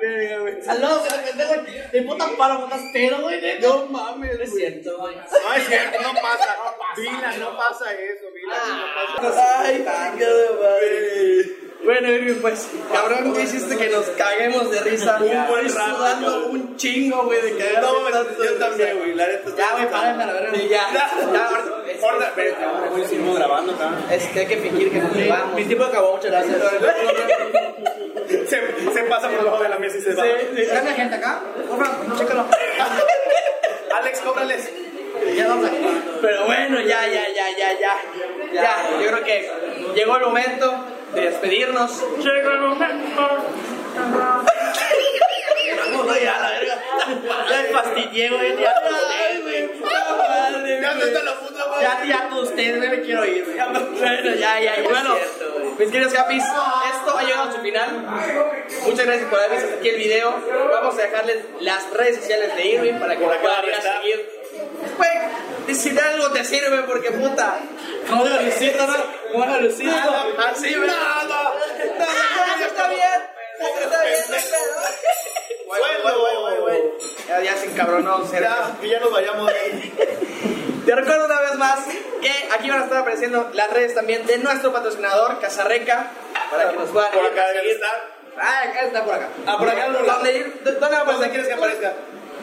Verga, güey.
Saludos, de repente, de puta palo, putas pero, güey, neta.
No mames,
No es
güey.
cierto, güey.
No es cierto, no pasa. Vila, no pasa eso, Vila,
Ah.
no pasa.
Ay, qué madre. Bueno, Irving, pues, cabrón, ¿qué hiciste que nos caguemos de risa?
Un buen
Estoy
rato,
sudando
cabrón.
un chingo, güey, de cagar.
No, yo también, güey. La neta
Ya, güey, párenme a la verga. Sí, ya. Ya, ahorita. es-
Ahorita, espérate, ahora güey, seguimos grabando, cabrón.
Es que hay que fingir que no grabamos. Mi tiempo acabó, muchas gracias.
Se, se pasa por debajo de la mesa y se va.
¿Está gente acá? Compra, chécalo.
Alex, cóbrales.
Ya vamos a Pero bueno, ya, ya, ya, ya, ya. Ya, yo creo que llegó el momento de despedirnos. Llegó el momento. No, ya, la verga. Ya el pastillero, ya, ya. Ay, güey, puta madre,
Ya
güey.
está la puta madre.
Ya, ya, con ustedes, güey, me quiero ir. güey. Bueno, ya, ya, ya. Bueno, mis queridos capis, esto ha llegado a su final. Muchas gracias por haber visto hasta aquí el video. Vamos a dejarles las redes sociales de Irving para que la puedan ir a seguir. Güey, si de algo te sirve, porque puta. No de Lucita, no. No de Lucita. Así, güey. Nada. está bien. Está bien, no hay pedo. Güey, güey, güey, güey, güey. Ya, ya se encabronó, Sergio.
Ya, que ya nos vayamos.
Te recuerdo una vez más que aquí van a estar apareciendo las redes también de nuestro patrocinador, Casarreca, para que nos puedan
Por
ir
acá
a
debe
seguir.
estar.
Ah, acá está por acá.
Ah, por acá, por acá.
¿Dónde ir? ¿Dó- ¿Dónde
¿Dónde
aparece?
quieres que aparezca?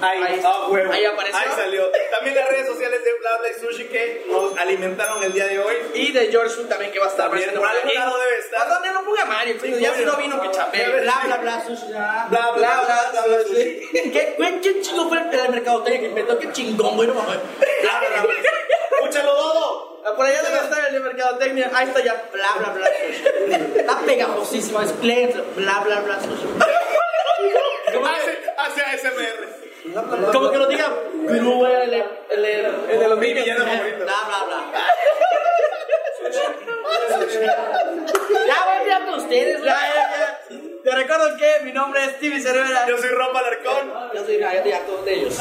Ahí.
Ah, huevo.
Ahí apareció.
Ahí salió. También las redes sociales de Bla Bla y Sushi que nos alimentaron el día de hoy.
Y de George Su también que va a estar
También
apareciendo
por algún lado debe estar.
¿A dónde no ponga Mario? Pero ya si no vino que chapé.
Bla, bla, bla, sushi, ya.
Bla, bla, bla, bla, bla, sushi.
¿Qué, güey, qué chingo fue el, el mercadotecnia que inventó? Qué chingón, güey, no mames.
Bla, bla, bla. Escúchalo todo.
Ah, Por allá debe estar el de mercadotecnia. Ahí está ya.
Bla, bla,
(laughs)
bla, sushi. Está pegajosísimo, es cliente. Bla, bla, bla, sushi.
Hace, hace ASMR.
Como que lo diga Gru, güey, el, el, el,
El de los
Mi villano favorito.
Bla, bla, bla. Ya, güey, ya con ustedes,
Ya,
güey.
ya, ya. Te recuerdo que mi nombre es Timmy Cervera.
Yo soy Roma Alarcón.
Yo soy gallo de todos de ellos.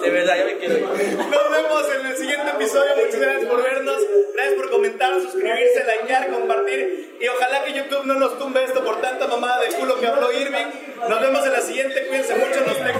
De verdad, yo me quiero ir.
Nos vemos en el siguiente episodio. Muchas gracias por vernos. Gracias por comentar, suscribirse, likear, compartir. Y ojalá que YouTube no nos tumbe esto por tanta mamada de culo que habló Irving. Nos vemos en la siguiente. Cuídense mucho. Nos vemos.